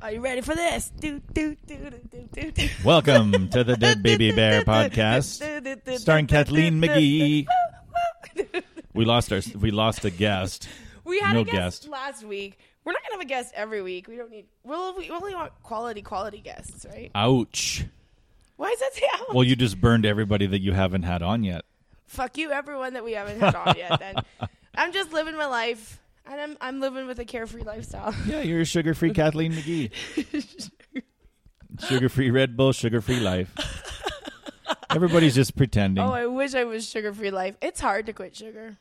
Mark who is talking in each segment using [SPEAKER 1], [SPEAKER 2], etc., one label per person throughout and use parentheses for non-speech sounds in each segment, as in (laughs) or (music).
[SPEAKER 1] Are you ready for this? Do, do, do, do, do, do, do.
[SPEAKER 2] Welcome
[SPEAKER 1] (laughs)
[SPEAKER 2] to the Dead Baby Bear podcast, starring Kathleen McGee. We lost our we lost a guest.
[SPEAKER 1] We had
[SPEAKER 2] No
[SPEAKER 1] a guest,
[SPEAKER 2] guest.
[SPEAKER 1] last week. We're not gonna have a guest every week. We don't need. Well, we only want quality, quality guests, right?
[SPEAKER 2] Ouch.
[SPEAKER 1] Why is (laughs) that sound?
[SPEAKER 2] Well, you just burned everybody that you haven't had on yet.
[SPEAKER 1] Fuck you, everyone that we haven't had on yet.
[SPEAKER 2] (laughs)
[SPEAKER 1] Then I'm just living my life, and I'm I'm living with a carefree
[SPEAKER 2] (laughs)
[SPEAKER 1] lifestyle.
[SPEAKER 2] Yeah, you're a sugar-free Kathleen McGee. Sugar-free Red Bull, sugar-free life. Everybody's just pretending.
[SPEAKER 1] Oh, I wish I was sugar free life. It's hard to quit sugar.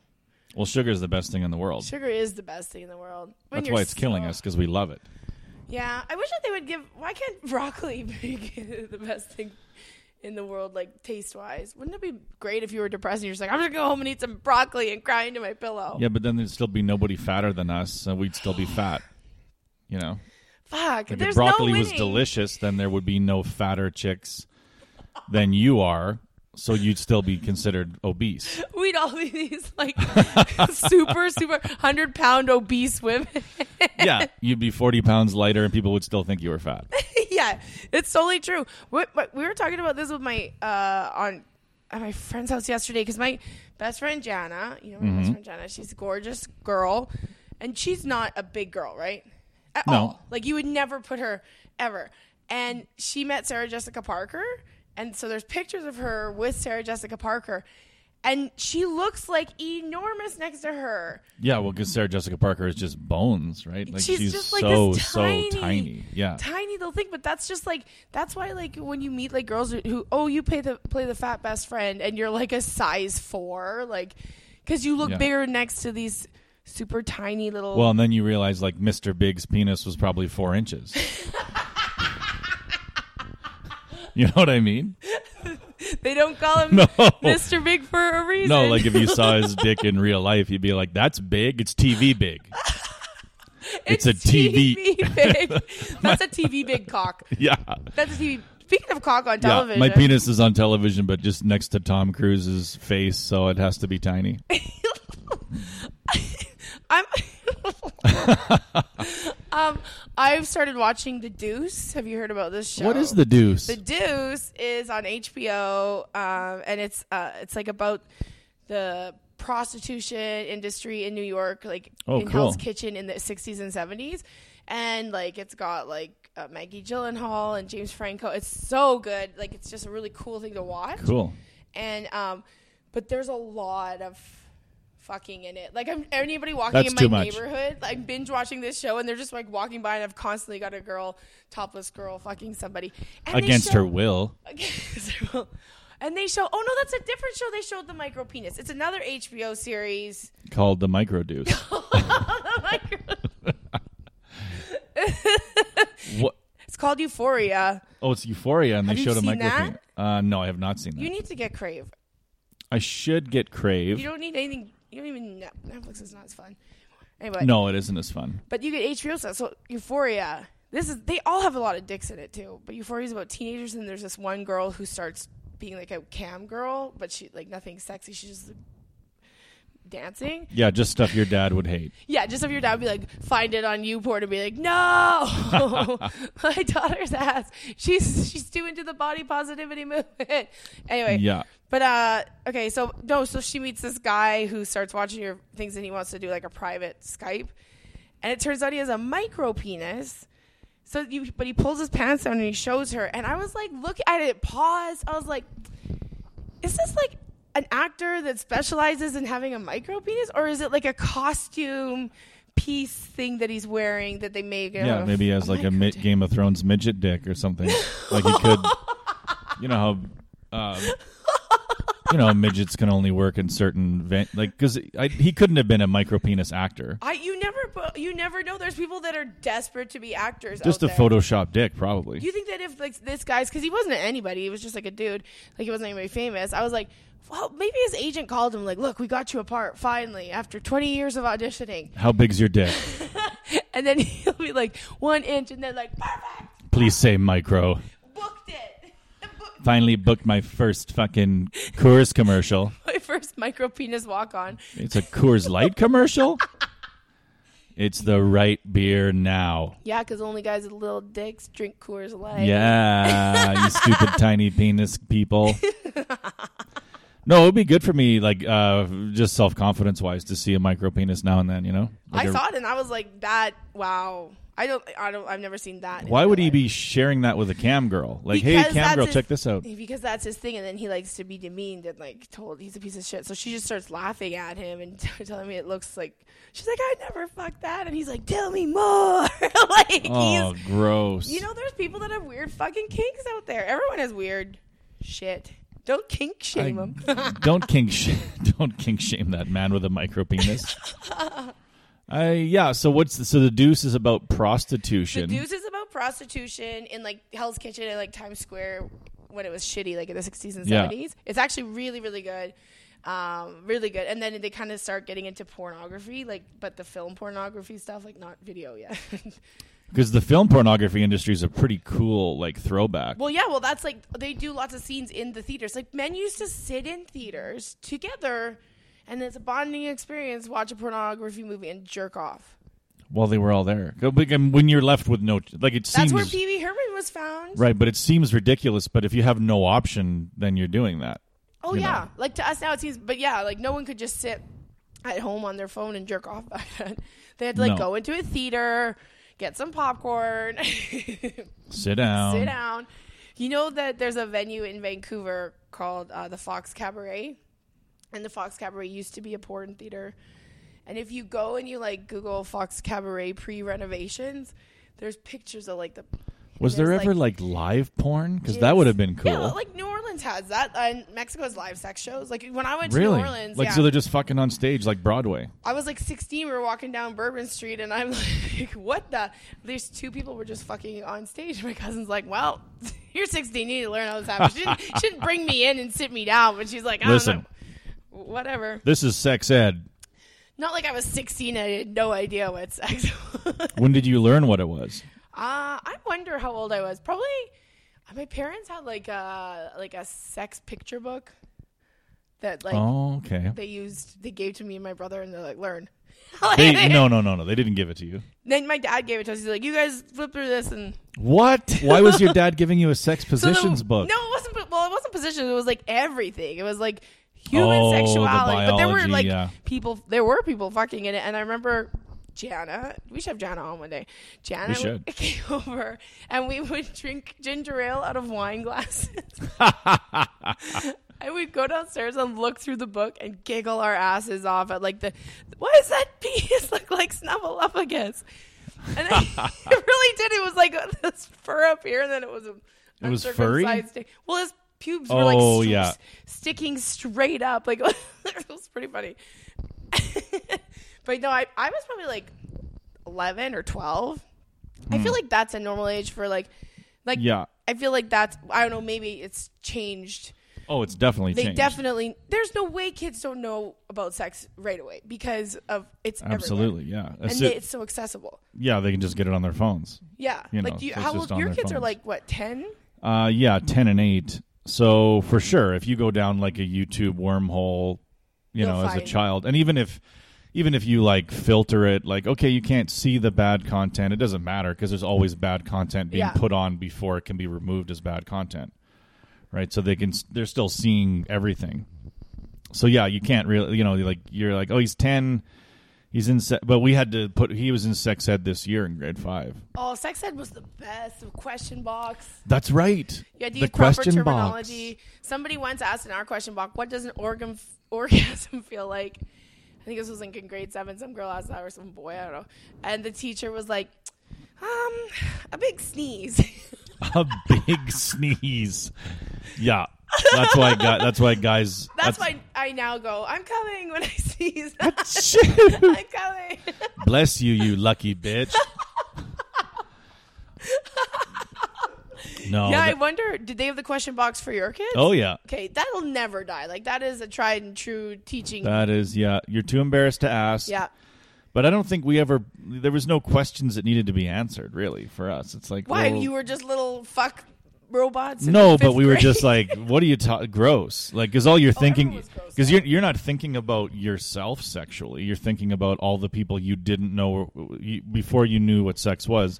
[SPEAKER 2] well, sugar's the best thing in the world.
[SPEAKER 1] Sugar is the best thing in the world. When
[SPEAKER 2] That's
[SPEAKER 1] you're
[SPEAKER 2] why it's killing
[SPEAKER 1] so-
[SPEAKER 2] us because we love it.
[SPEAKER 1] Yeah, I wish that they would give. Why can't (laughs) broccoli be the best thing in the world, like taste wise? Wouldn't it be great if you were depressed and you're just like, I'm gonna go home and eat some broccoli and cry into my pillow?
[SPEAKER 2] Yeah, but then there'd still be nobody fatter than us, and we'd still be fat. You know,
[SPEAKER 1] Fuck,
[SPEAKER 2] like if
[SPEAKER 1] there's
[SPEAKER 2] broccoli
[SPEAKER 1] no
[SPEAKER 2] was
[SPEAKER 1] winning.
[SPEAKER 2] delicious, then there would be no fatter chicks than you are, so you'd still be considered
[SPEAKER 1] (laughs)
[SPEAKER 2] obese.
[SPEAKER 1] (laughs) We'd all be these
[SPEAKER 2] (laughs)
[SPEAKER 1] like super, super hundred pound obese women.
[SPEAKER 2] Yeah, you'd be forty pounds lighter, and people would still think you were fat.
[SPEAKER 1] (laughs) yeah, it's totally true. What, what we were talking about this with my uh, on at my friend's house yesterday because my best friend Jana, you know, my best friend Jana, she's a gorgeous girl, and she's not a big girl, right? At
[SPEAKER 2] No.
[SPEAKER 1] all. Like you would never put her ever. And she met Sarah Jessica Parker, and so there's pictures of her with Sarah Jessica Parker. And she looks like enormous next to her.
[SPEAKER 2] Yeah, well, because Sarah Jessica Parker is just bones, right? Like
[SPEAKER 1] she's, just like
[SPEAKER 2] so
[SPEAKER 1] this
[SPEAKER 2] so
[SPEAKER 1] tiny,
[SPEAKER 2] tiny. Yeah,
[SPEAKER 1] tiny little thing. But that's just like that's why like when you meet like girls who- who oh you play the play the fat best friend and you're like a size four like because you look
[SPEAKER 2] Yeah.
[SPEAKER 1] bigger next to these super tiny little.
[SPEAKER 2] Well, and then you realize like Mr. Big's penis was probably
[SPEAKER 1] (laughs)
[SPEAKER 2] four inches. you know what
[SPEAKER 1] (laughs)
[SPEAKER 2] I mean?
[SPEAKER 1] (laughs) they don't call him
[SPEAKER 2] (laughs) No.
[SPEAKER 1] Mr. Big for a reason.
[SPEAKER 2] No,
[SPEAKER 1] (laughs)
[SPEAKER 2] like if you saw his dick in real life, you'd be like, "That's big. It's TV big." (laughs) it's a TV.
[SPEAKER 1] big.
[SPEAKER 2] (laughs)
[SPEAKER 1] That's a TV big cock.
[SPEAKER 2] Yeah.
[SPEAKER 1] That's a TV. Speaking of cock on
[SPEAKER 2] Yeah,
[SPEAKER 1] television,
[SPEAKER 2] my penis is on television, but just next to Tom Cruise's face, so it has to be tiny.
[SPEAKER 1] (laughs) I'm. um, I've started watching The Deuce. Have you heard about this show?
[SPEAKER 2] What is the deuce?
[SPEAKER 1] The Deuce is on HBO, um, and it's uh, it's like about the prostitution industry in New York, like
[SPEAKER 2] Oh,
[SPEAKER 1] in
[SPEAKER 2] cool.
[SPEAKER 1] Hell's Kitchen in the '60s and '70s, and like it's got like uh, Maggie Gyllenhaal and James Franco. It's so good. Like it's just a really cool thing to watch.
[SPEAKER 2] cool.
[SPEAKER 1] And um, but there's a lot of fucking in it. Like I'm anybody walking
[SPEAKER 2] That's
[SPEAKER 1] in
[SPEAKER 2] too
[SPEAKER 1] my
[SPEAKER 2] much.
[SPEAKER 1] neighborhood, I'm binge watching this show, and they're just like walking by, and I've constantly got a girl, topless girl, fucking somebody and they
[SPEAKER 2] Against
[SPEAKER 1] show- (laughs)
[SPEAKER 2] her will.
[SPEAKER 1] Okay. and they show. Oh no, that's a different show. They showed the micro penis. It's another HBO series.
[SPEAKER 2] called the micro deuce.
[SPEAKER 1] (laughs) The micro-
[SPEAKER 2] what?
[SPEAKER 1] (laughs) it's called Euphoria.
[SPEAKER 2] Oh, it's Euphoria, and they
[SPEAKER 1] Have you
[SPEAKER 2] showed a
[SPEAKER 1] seen
[SPEAKER 2] micro.
[SPEAKER 1] that?
[SPEAKER 2] penis. Uh, no, I have not seen that.
[SPEAKER 1] You need to get Crave.
[SPEAKER 2] I should get
[SPEAKER 1] You
[SPEAKER 2] Crave.
[SPEAKER 1] don't need anything. You don't even know. Netflix is not as fun. Anyway,
[SPEAKER 2] No, it isn't as fun.
[SPEAKER 1] but you get HBO stuff. So Euphoria. This is they all have a lot of dicks in it too. But Euphoria is about teenagers, and there's this one girl who starts being like a cam girl, but she like nothing sexy. She's just dancing.
[SPEAKER 2] Yeah, just stuff your dad
[SPEAKER 1] (laughs)
[SPEAKER 2] would hate.
[SPEAKER 1] Yeah, just if your dad would be like, find it on YouPorn and be like, no, (laughs) my daughter's ass. She's she's too into the body positivity movement. Anyway,
[SPEAKER 2] Yeah.
[SPEAKER 1] But uh, okay, so no, so she meets this guy who starts watching your things and he wants to do like a private Skype, and it turns out he has a micro penis. So you, but he pulls his pants down and he shows her, and I was like, look at it, pause. I was like, is this like an actor that specializes in having a micro penis, or is it like a costume piece thing that he's wearing that they make? out
[SPEAKER 2] Yeah,
[SPEAKER 1] of Oh
[SPEAKER 2] maybe he has like a
[SPEAKER 1] micro
[SPEAKER 2] mid-
[SPEAKER 1] dick?
[SPEAKER 2] Game of Thrones midget dick or something. like he could, you know how, um, you know, how midgets can only work in certain vent. Like because he couldn't have been a micro penis actor.
[SPEAKER 1] I you never bu- you never know. There's people that are desperate to be actors.
[SPEAKER 2] Just
[SPEAKER 1] out
[SPEAKER 2] a
[SPEAKER 1] there.
[SPEAKER 2] Photoshop dick, probably.
[SPEAKER 1] Do you think that if like this guy's because he wasn't anybody, he was just like a dude, like he wasn't anybody famous. I was like, well, maybe his agent called him like, look, we got you a part finally after 20 years of auditioning,
[SPEAKER 2] how big's your dick?
[SPEAKER 1] and then he'll be like one inch, and they're like, perfect,
[SPEAKER 2] Please say micro.
[SPEAKER 1] booked it. (laughs) Booked
[SPEAKER 2] Finally booked my first fucking Coors commercial.
[SPEAKER 1] My first micro penis walk on.
[SPEAKER 2] It's a Coors Light commercial. It's the right beer now.
[SPEAKER 1] Yeah, because only guys with little dicks drink Coors Light.
[SPEAKER 2] Yeah,
[SPEAKER 1] (laughs)
[SPEAKER 2] you stupid tiny penis people. No, it would be good for me, like uh, just self confidence wise, to see a micro penis now and then. You know, Like
[SPEAKER 1] I
[SPEAKER 2] a-
[SPEAKER 1] saw it and I was like, that. Wow. I don't. I don't. I've never seen that. in
[SPEAKER 2] Why
[SPEAKER 1] my
[SPEAKER 2] would he
[SPEAKER 1] life.
[SPEAKER 2] be sharing that with a cam girl? Like, hey,
[SPEAKER 1] Because
[SPEAKER 2] cam
[SPEAKER 1] that's
[SPEAKER 2] girl,
[SPEAKER 1] his-
[SPEAKER 2] check this out.
[SPEAKER 1] Because that's his thing, and then he likes to be demeaned and like told he's a piece of shit. So she just starts laughing at him and (laughs) telling me it looks like she's like I never fucked that, and he's like tell me more. (laughs) like
[SPEAKER 2] Oh, gross.
[SPEAKER 1] he's, you know, there's people that have weird fucking kinks out there. Everyone has weird shit. Don't kink shame them. (laughs)
[SPEAKER 2] I- don't kink sh- (laughs) don't kink shame that man with a micro
[SPEAKER 1] (laughs)
[SPEAKER 2] penis. I yeah. So what's the, so the deuce is about prostitution.
[SPEAKER 1] The Deuce is about prostitution in like Hell's Kitchen and like Times Square when it was shitty, like in the 60s and
[SPEAKER 2] Yeah.
[SPEAKER 1] 70s. It's actually really, really good. Um, really good. And then they kind of start getting into pornography, like, but the film pornography stuff, like not video yet. (laughs)
[SPEAKER 2] Because the film pornography industry is a pretty cool like throwback.
[SPEAKER 1] well, yeah, well, that's like they do lots of scenes in the theaters. Like, men used to sit in theaters together and it's a bonding experience, watch a pornography movie and jerk off.
[SPEAKER 2] While they were all there, Go- but, um, when you're left with no like it
[SPEAKER 1] That's
[SPEAKER 2] seems
[SPEAKER 1] where Pee Wee Herman was found.
[SPEAKER 2] right, but it seems ridiculous. But if you have no option, then you're doing that.
[SPEAKER 1] Oh
[SPEAKER 2] you
[SPEAKER 1] yeah,
[SPEAKER 2] know.
[SPEAKER 1] like to us now it seems, but yeah, like no one could just sit at home on their phone and jerk off. Back then. (laughs) They had to like
[SPEAKER 2] No.
[SPEAKER 1] go into a theater, get some popcorn, (laughs) sit
[SPEAKER 2] Sit down.
[SPEAKER 1] down. You know that there's a venue in Vancouver called uh, the Fox Cabaret, and the Fox Cabaret used to be a porn theater. And if you go and you like Google Fox Cabaret pre-renovations, there's pictures of like the
[SPEAKER 2] Was there
[SPEAKER 1] There's,
[SPEAKER 2] ever like, live porn? Because that would have been cool.
[SPEAKER 1] yeah, like New Orleans has that, and Mexico's live sex shows. Like when I went to
[SPEAKER 2] really?
[SPEAKER 1] New Orleans,
[SPEAKER 2] like
[SPEAKER 1] yeah.
[SPEAKER 2] so they're just fucking on stage like Broadway.
[SPEAKER 1] I was like 16. We were walking down Bourbon Street, and I'm (laughs) like, "What the?" These two people were just fucking on stage. My cousin's like, "Well, (laughs) you're 16. You need to learn how this happens." She didn't, she didn't bring me in and sit me down, but she's like, "I
[SPEAKER 2] Listen,
[SPEAKER 1] don't know, whatever."
[SPEAKER 2] this is sex ed.
[SPEAKER 1] Not like I was 16. I had no idea what sex. (laughs) was. uh,
[SPEAKER 2] When did you learn what it was?
[SPEAKER 1] I wonder how old I was. Probably uh, my parents had like a like a sex picture book that like
[SPEAKER 2] Oh, okay.
[SPEAKER 1] they used they gave to me and my brother, and they're like, "Learn." (laughs)
[SPEAKER 2] They, no, no, no, no. They didn't give it to you.
[SPEAKER 1] Then my dad gave it to us. He's like, "You guys flip through this and."
[SPEAKER 2] What? Why was your dad giving you a
[SPEAKER 1] (laughs)
[SPEAKER 2] sex
[SPEAKER 1] So the-
[SPEAKER 2] positions book?
[SPEAKER 1] No, it wasn't. po- Well, it wasn't positions. It was like everything. It was like human
[SPEAKER 2] Oh, the
[SPEAKER 1] sexuality. but there were
[SPEAKER 2] biology,
[SPEAKER 1] like
[SPEAKER 2] yeah.
[SPEAKER 1] people. There were people fucking in it. And I remember Jana. We should have Jana on one day. Jana
[SPEAKER 2] We
[SPEAKER 1] (laughs)
[SPEAKER 2] should.
[SPEAKER 1] came over, and we would drink ginger ale out of wine glasses. (laughs) I would go downstairs and look through the book and giggle our asses off at like the what does that (laughs) piece look like Snuffleupagus? And I, (laughs) it really did. It was like (laughs) this fur up here, and then it was a
[SPEAKER 2] It was furry?
[SPEAKER 1] uncircumcised thing. Well, his pubes were like
[SPEAKER 2] Oh,
[SPEAKER 1] st-
[SPEAKER 2] yeah.
[SPEAKER 1] sticking straight up. Like (laughs) it was pretty funny. (laughs) but no, I I was probably like eleven or twelve. I feel
[SPEAKER 2] Hmm.
[SPEAKER 1] like that's a normal age for like like
[SPEAKER 2] (laughs) Yeah.
[SPEAKER 1] I feel like that's I don't know. Maybe it's changed
[SPEAKER 2] Oh, it's definitely
[SPEAKER 1] they
[SPEAKER 2] changed.
[SPEAKER 1] definitely there's no way kids don't know about sex right away because of it's everywhere.
[SPEAKER 2] Absolutely, yeah.
[SPEAKER 1] and
[SPEAKER 2] That's
[SPEAKER 1] they-
[SPEAKER 2] it.
[SPEAKER 1] it's so accessible
[SPEAKER 2] yeah, they can just get it on their phones.
[SPEAKER 1] yeah
[SPEAKER 2] You know,
[SPEAKER 1] like you,
[SPEAKER 2] so it's
[SPEAKER 1] how
[SPEAKER 2] just
[SPEAKER 1] old
[SPEAKER 2] on
[SPEAKER 1] your
[SPEAKER 2] their
[SPEAKER 1] kids are
[SPEAKER 2] phones.
[SPEAKER 1] like what 10
[SPEAKER 2] Uh, yeah, ten and eight. So for sure, if you go down like a YouTube wormhole, you
[SPEAKER 1] You'll
[SPEAKER 2] know, as a
[SPEAKER 1] find-
[SPEAKER 2] child, and even if even if you like filter it, like okay, you can't see the bad content. It doesn't matter because there's always bad content being
[SPEAKER 1] Yeah.
[SPEAKER 2] put on before it can be removed as bad content, right? So they can s- they're still seeing everything. So yeah, you can't really, you know, like you're like, oh, he's ten, he's in, se-, but we had to put he was in sex ed this year in grade five.
[SPEAKER 1] oh sex ed was the best the question box
[SPEAKER 2] That's right.
[SPEAKER 1] you had to
[SPEAKER 2] the
[SPEAKER 1] use proper
[SPEAKER 2] question
[SPEAKER 1] terminology somebody once asked in our question box what does an organ orgasm (laughs) feel like i think this was like in grade seven some girl asked that or some boy i don't know and the teacher was like um a big sneeze (laughs)
[SPEAKER 2] box. a big (laughs) sneeze. Yeah, that's why. Guy, that's why guys.
[SPEAKER 1] (laughs) that's, why i now go i'm coming when i (laughs) sneeze
[SPEAKER 2] Shit.
[SPEAKER 1] i'm coming
[SPEAKER 2] (laughs) Bless you, you lucky bitch. No.
[SPEAKER 1] Yeah, I
[SPEAKER 2] that-
[SPEAKER 1] wonder. Did they have the question box for your kids?
[SPEAKER 2] oh yeah.
[SPEAKER 1] Okay, that'll never die. Like that is a tried and true teaching.
[SPEAKER 2] That is yeah. You're too embarrassed to ask.
[SPEAKER 1] yeah.
[SPEAKER 2] But I don't think we ever. There was no questions that needed to be answered really for us. It's like
[SPEAKER 1] Why
[SPEAKER 2] well,
[SPEAKER 1] you were just little fuck robots. in
[SPEAKER 2] no,
[SPEAKER 1] the
[SPEAKER 2] but
[SPEAKER 1] fifth
[SPEAKER 2] we were
[SPEAKER 1] grade. Oh, (laughs)
[SPEAKER 2] just like, what are you ta- gross? Like, because all you're thinking,
[SPEAKER 1] everyone's grossed
[SPEAKER 2] because you're you're not thinking about yourself sexually. You're thinking about all the people you didn't know you, before you knew what sex was.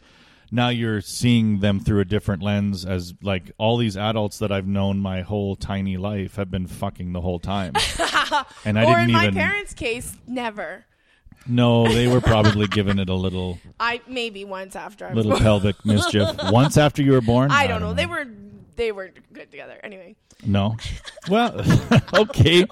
[SPEAKER 2] Now you're seeing them through a different lens, as like all these adults that I've known my whole tiny life have been fucking the
[SPEAKER 1] (laughs)
[SPEAKER 2] whole time, and I
[SPEAKER 1] or
[SPEAKER 2] didn't
[SPEAKER 1] in my
[SPEAKER 2] even
[SPEAKER 1] parents' case, never.
[SPEAKER 2] know they were probably giving it a little
[SPEAKER 1] I maybe once after I was (laughs)
[SPEAKER 2] little
[SPEAKER 1] born.
[SPEAKER 2] pelvic mischief once after you were born.
[SPEAKER 1] I don't know. They were they were good together. Anyway, (laughs)
[SPEAKER 2] No. (laughs) Well, okay.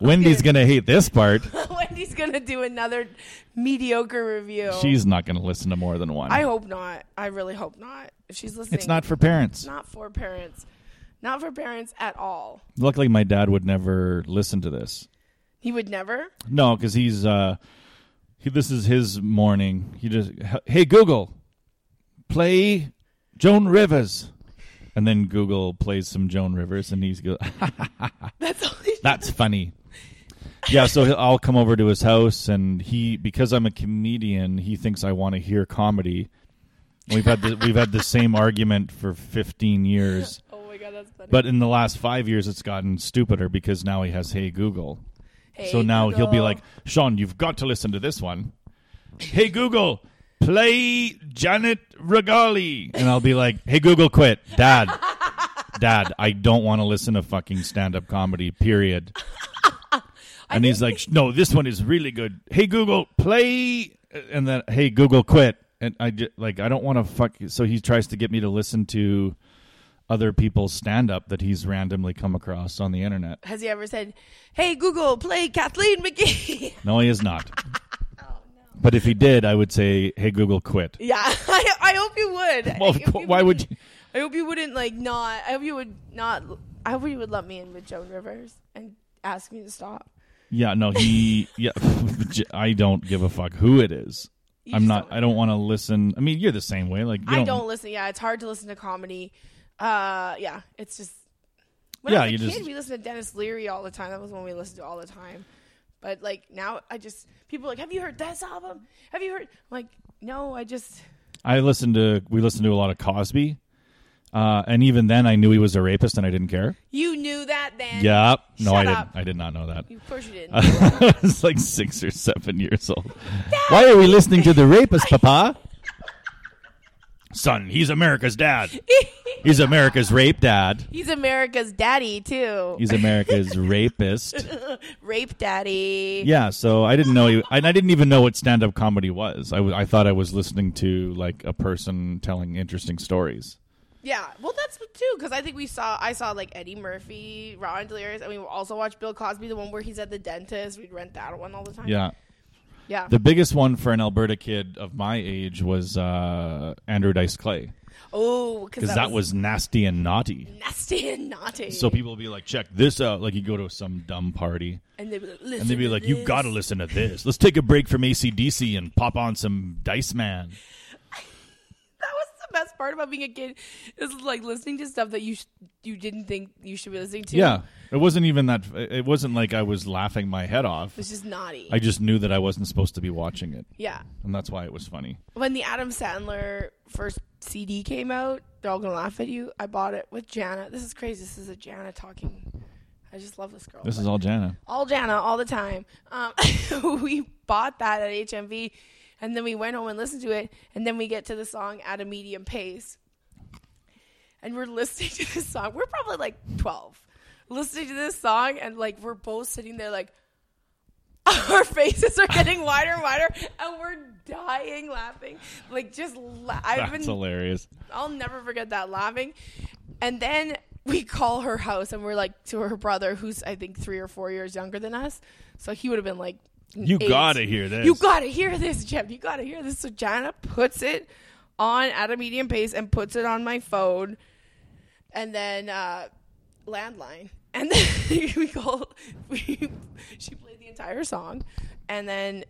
[SPEAKER 2] Wendy's going to hate this part.
[SPEAKER 1] Wendy's gonna do another mediocre review.
[SPEAKER 2] She's not going to listen to more than one.
[SPEAKER 1] Oh. I hope not. I really hope not. If she's listening,
[SPEAKER 2] it's not for parents.
[SPEAKER 1] not for parents, not for parents at all.
[SPEAKER 2] Luckily, my dad would never listen to this.
[SPEAKER 1] He would never.
[SPEAKER 2] No, because he's, uh, he, this is his morning. He just, hey, Google, play Joan Rivers. And then Google plays some Joan Rivers and he's go,
[SPEAKER 1] (laughs) That's all. He,
[SPEAKER 2] That's funny. Yeah, so he'll- I'll come over to his house, and he because I'm a comedian, he thinks I want to hear comedy. We've had the, we've had the same argument for 15 years,
[SPEAKER 1] oh my god, that's funny.
[SPEAKER 2] but in the last five years, it's gotten stupider because now he has Hey Google.
[SPEAKER 1] Hey,
[SPEAKER 2] so now he'll be
[SPEAKER 1] Google.
[SPEAKER 2] like, Sean, you've got to listen to this one. Hey Google, play Janet Regali, and I'll be like, Hey Google, quit, Dad. Dad, I don't want to listen to fucking stand up
[SPEAKER 1] (laughs)
[SPEAKER 2] comedy, period. and he's like, no, this one is really good. Hey, Google, play. uh, And then, hey, Google, quit. And I just, like, I don't want to fuck. So he tries to get me to listen to other people's stand up that he's randomly come across on the internet.
[SPEAKER 1] Has he ever said, "Hey Google, play Kathleen McGee"? (laughs)
[SPEAKER 2] No, he is not.
[SPEAKER 1] Oh,
[SPEAKER 2] But if he did, I would say, hey, Google, quit.
[SPEAKER 1] yeah, (laughs) I, I hope you would.
[SPEAKER 2] (laughs) Well,
[SPEAKER 1] I
[SPEAKER 2] of
[SPEAKER 1] hope
[SPEAKER 2] cour- why would
[SPEAKER 1] wouldn't-
[SPEAKER 2] you?
[SPEAKER 1] I hope you wouldn't like not. I hope you would not. I hope you would let me in with Joan Rivers and ask me to stop.
[SPEAKER 2] Yeah,
[SPEAKER 1] (laughs)
[SPEAKER 2] no, he. Yeah, (laughs) I don't give a fuck who it is.
[SPEAKER 1] You
[SPEAKER 2] I'm
[SPEAKER 1] just
[SPEAKER 2] not. I don't want to listen. I mean, you're the same way. Like you
[SPEAKER 1] I don't, listen. Yeah, it's hard to listen to comedy. Uh, yeah, it's just. When
[SPEAKER 2] Yeah,
[SPEAKER 1] I was a
[SPEAKER 2] you
[SPEAKER 1] kid,
[SPEAKER 2] just-
[SPEAKER 1] we listened to Dennis Leary all the time. That was when we listened to all the time. But like now, I just people are like, have you heard this album? Have you heard? I'm like, no, I just
[SPEAKER 2] I listened to. We listened to a lot of Cosby, uh, and even then, I knew he was a rapist, and I didn't
[SPEAKER 1] (laughs)
[SPEAKER 2] care.
[SPEAKER 1] you knew that then.
[SPEAKER 2] Yeah. No,
[SPEAKER 1] Shut
[SPEAKER 2] I
[SPEAKER 1] up.
[SPEAKER 2] didn't. I did not know that.
[SPEAKER 1] you, of course you didn't.
[SPEAKER 2] (laughs) I was like six or seven years old. Why are we listening to
[SPEAKER 1] (laughs)
[SPEAKER 2] the rapist, Papa? Son, he's America's
[SPEAKER 1] (laughs)
[SPEAKER 2] dad. He's America's rape dad.
[SPEAKER 1] He's America's daddy too.
[SPEAKER 2] He's America's rapist.
[SPEAKER 1] Rape daddy.
[SPEAKER 2] Yeah, so I didn't know, he, and I didn't even know what stand-up comedy was. I, w- I thought I was listening to like a person telling interesting stories.
[SPEAKER 1] Yeah, well, that's what too because I think we saw I saw like Eddie Murphy, Ron DeLears, and we also watched Bill Cosby, the one where he's at the dentist. We'd rent that one all the time.
[SPEAKER 2] Yeah,
[SPEAKER 1] yeah.
[SPEAKER 2] the biggest one for an Alberta kid of my age was uh, Andrew Dice Clay
[SPEAKER 1] oh,
[SPEAKER 2] because that, was, nasty and naughty.
[SPEAKER 1] nasty and naughty.
[SPEAKER 2] So people would be like, "Check this out!" Like you go to some dumb party,
[SPEAKER 1] and they'd be like,
[SPEAKER 2] and they'd be
[SPEAKER 1] "Listen
[SPEAKER 2] like,
[SPEAKER 1] to
[SPEAKER 2] "You
[SPEAKER 1] this."
[SPEAKER 2] gotta listen to this. Let's take a break from ACDC and pop on some Dice Man."
[SPEAKER 1] (laughs) That was the best part about being a kid is like listening to stuff that you sh- you didn't think you should be listening to.
[SPEAKER 2] Yeah, it wasn't even that. It wasn't like I was laughing my head off.
[SPEAKER 1] it's just naughty.
[SPEAKER 2] I just knew that I wasn't supposed to be watching it.
[SPEAKER 1] yeah,
[SPEAKER 2] and that's why it was funny.
[SPEAKER 1] when the Adam Sandler first CD came out, they're all gonna laugh at you. I bought it with Jana. This is crazy. This is a Jana talking. I just love this girl.
[SPEAKER 2] This is all Jana.
[SPEAKER 1] all Jana all the time. Um, (laughs) we bought that at HMV, and then we went home and listened to it, and then we get to the song at a medium pace, and we're (laughs) listening to this song. We're probably like twelve, listening to this song, and like we're both sitting there like. (laughs) Our faces are getting wider and wider, and we're dying laughing. Like just, la- I've
[SPEAKER 2] That's
[SPEAKER 1] been
[SPEAKER 2] hilarious.
[SPEAKER 1] I'll never forget that laughing. And then we (laughs) call her house and we're like to her brother, who's I think three or four years younger than us. So he would have been like,
[SPEAKER 2] You
[SPEAKER 1] got
[SPEAKER 2] gotta hear this.
[SPEAKER 1] You gotta hear this, Jeb. You gotta hear this. So Jana puts it on at a medium pace and puts it on my phone, and then uh, landline. And then (laughs) we call. We, she played the entire song, and then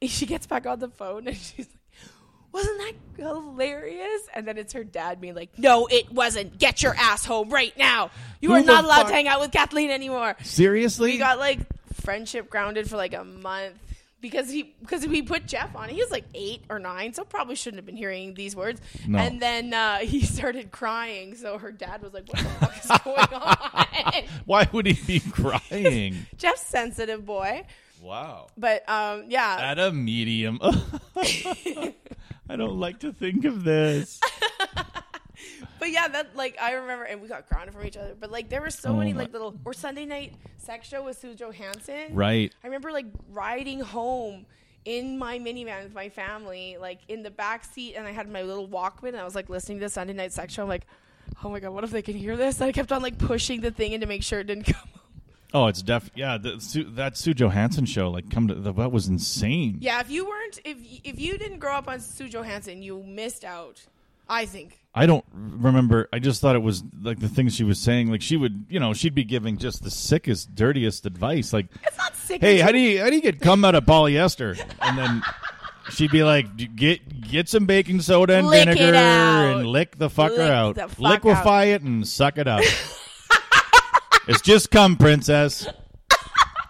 [SPEAKER 1] she gets back on the phone and she's like, "Wasn't that hilarious?" And then it's her dad being like, "No, it wasn't. Get your ass home right now. You
[SPEAKER 2] Who
[SPEAKER 1] are not
[SPEAKER 2] the
[SPEAKER 1] allowed
[SPEAKER 2] fuck-
[SPEAKER 1] to hang out with Kathleen anymore."
[SPEAKER 2] Seriously?
[SPEAKER 1] We got like friendship grounded for like a month because he because we put Jeff on. He was like eight or nine, so probably shouldn't have been hearing these words.
[SPEAKER 2] No.
[SPEAKER 1] And then uh, (laughs) he started crying, so her dad was like, "What the fuck is going on?"
[SPEAKER 2] (laughs) Why would he be crying?
[SPEAKER 1] Jeff's sensitive boy,
[SPEAKER 2] wow.
[SPEAKER 1] but um, yeah,
[SPEAKER 2] At a medium. (laughs) I don't like to think of this.
[SPEAKER 1] but yeah, that like I remember, and we got grounded from each other. But like there were so
[SPEAKER 2] Oh
[SPEAKER 1] many
[SPEAKER 2] my-
[SPEAKER 1] like little or Sunday night sex show with Sue Johansson,
[SPEAKER 2] Right.
[SPEAKER 1] I remember like riding home in my minivan with my family, like in the back seat, and I had my little Walkman, and I was like listening to Sunday Night Sex Show. I'm like, oh my god, what if they can hear this? I kept on like pushing the thing in to make sure it didn't come.
[SPEAKER 2] Oh, it's def. Yeah, the, Sue, that Sue Johansson show, like, come to the, that was insane.
[SPEAKER 1] Yeah, if you weren't, if if you didn't grow up on Sue Johansson, you missed out. I think.
[SPEAKER 2] I don't remember. I just thought it was like the things she was saying. Like she would, you know, she'd be giving just the sickest, dirtiest advice. Like,
[SPEAKER 1] It's not sick.
[SPEAKER 2] hey, how do you how do you get cum out of polyester? And then she'd be like, "D- get get some baking soda and
[SPEAKER 1] Lick it
[SPEAKER 2] vinegar
[SPEAKER 1] out.
[SPEAKER 2] and lick the fucker
[SPEAKER 1] Lick
[SPEAKER 2] out,
[SPEAKER 1] the fuck
[SPEAKER 2] liquefy it and suck it up.
[SPEAKER 1] (laughs)
[SPEAKER 2] it's just cum, princess.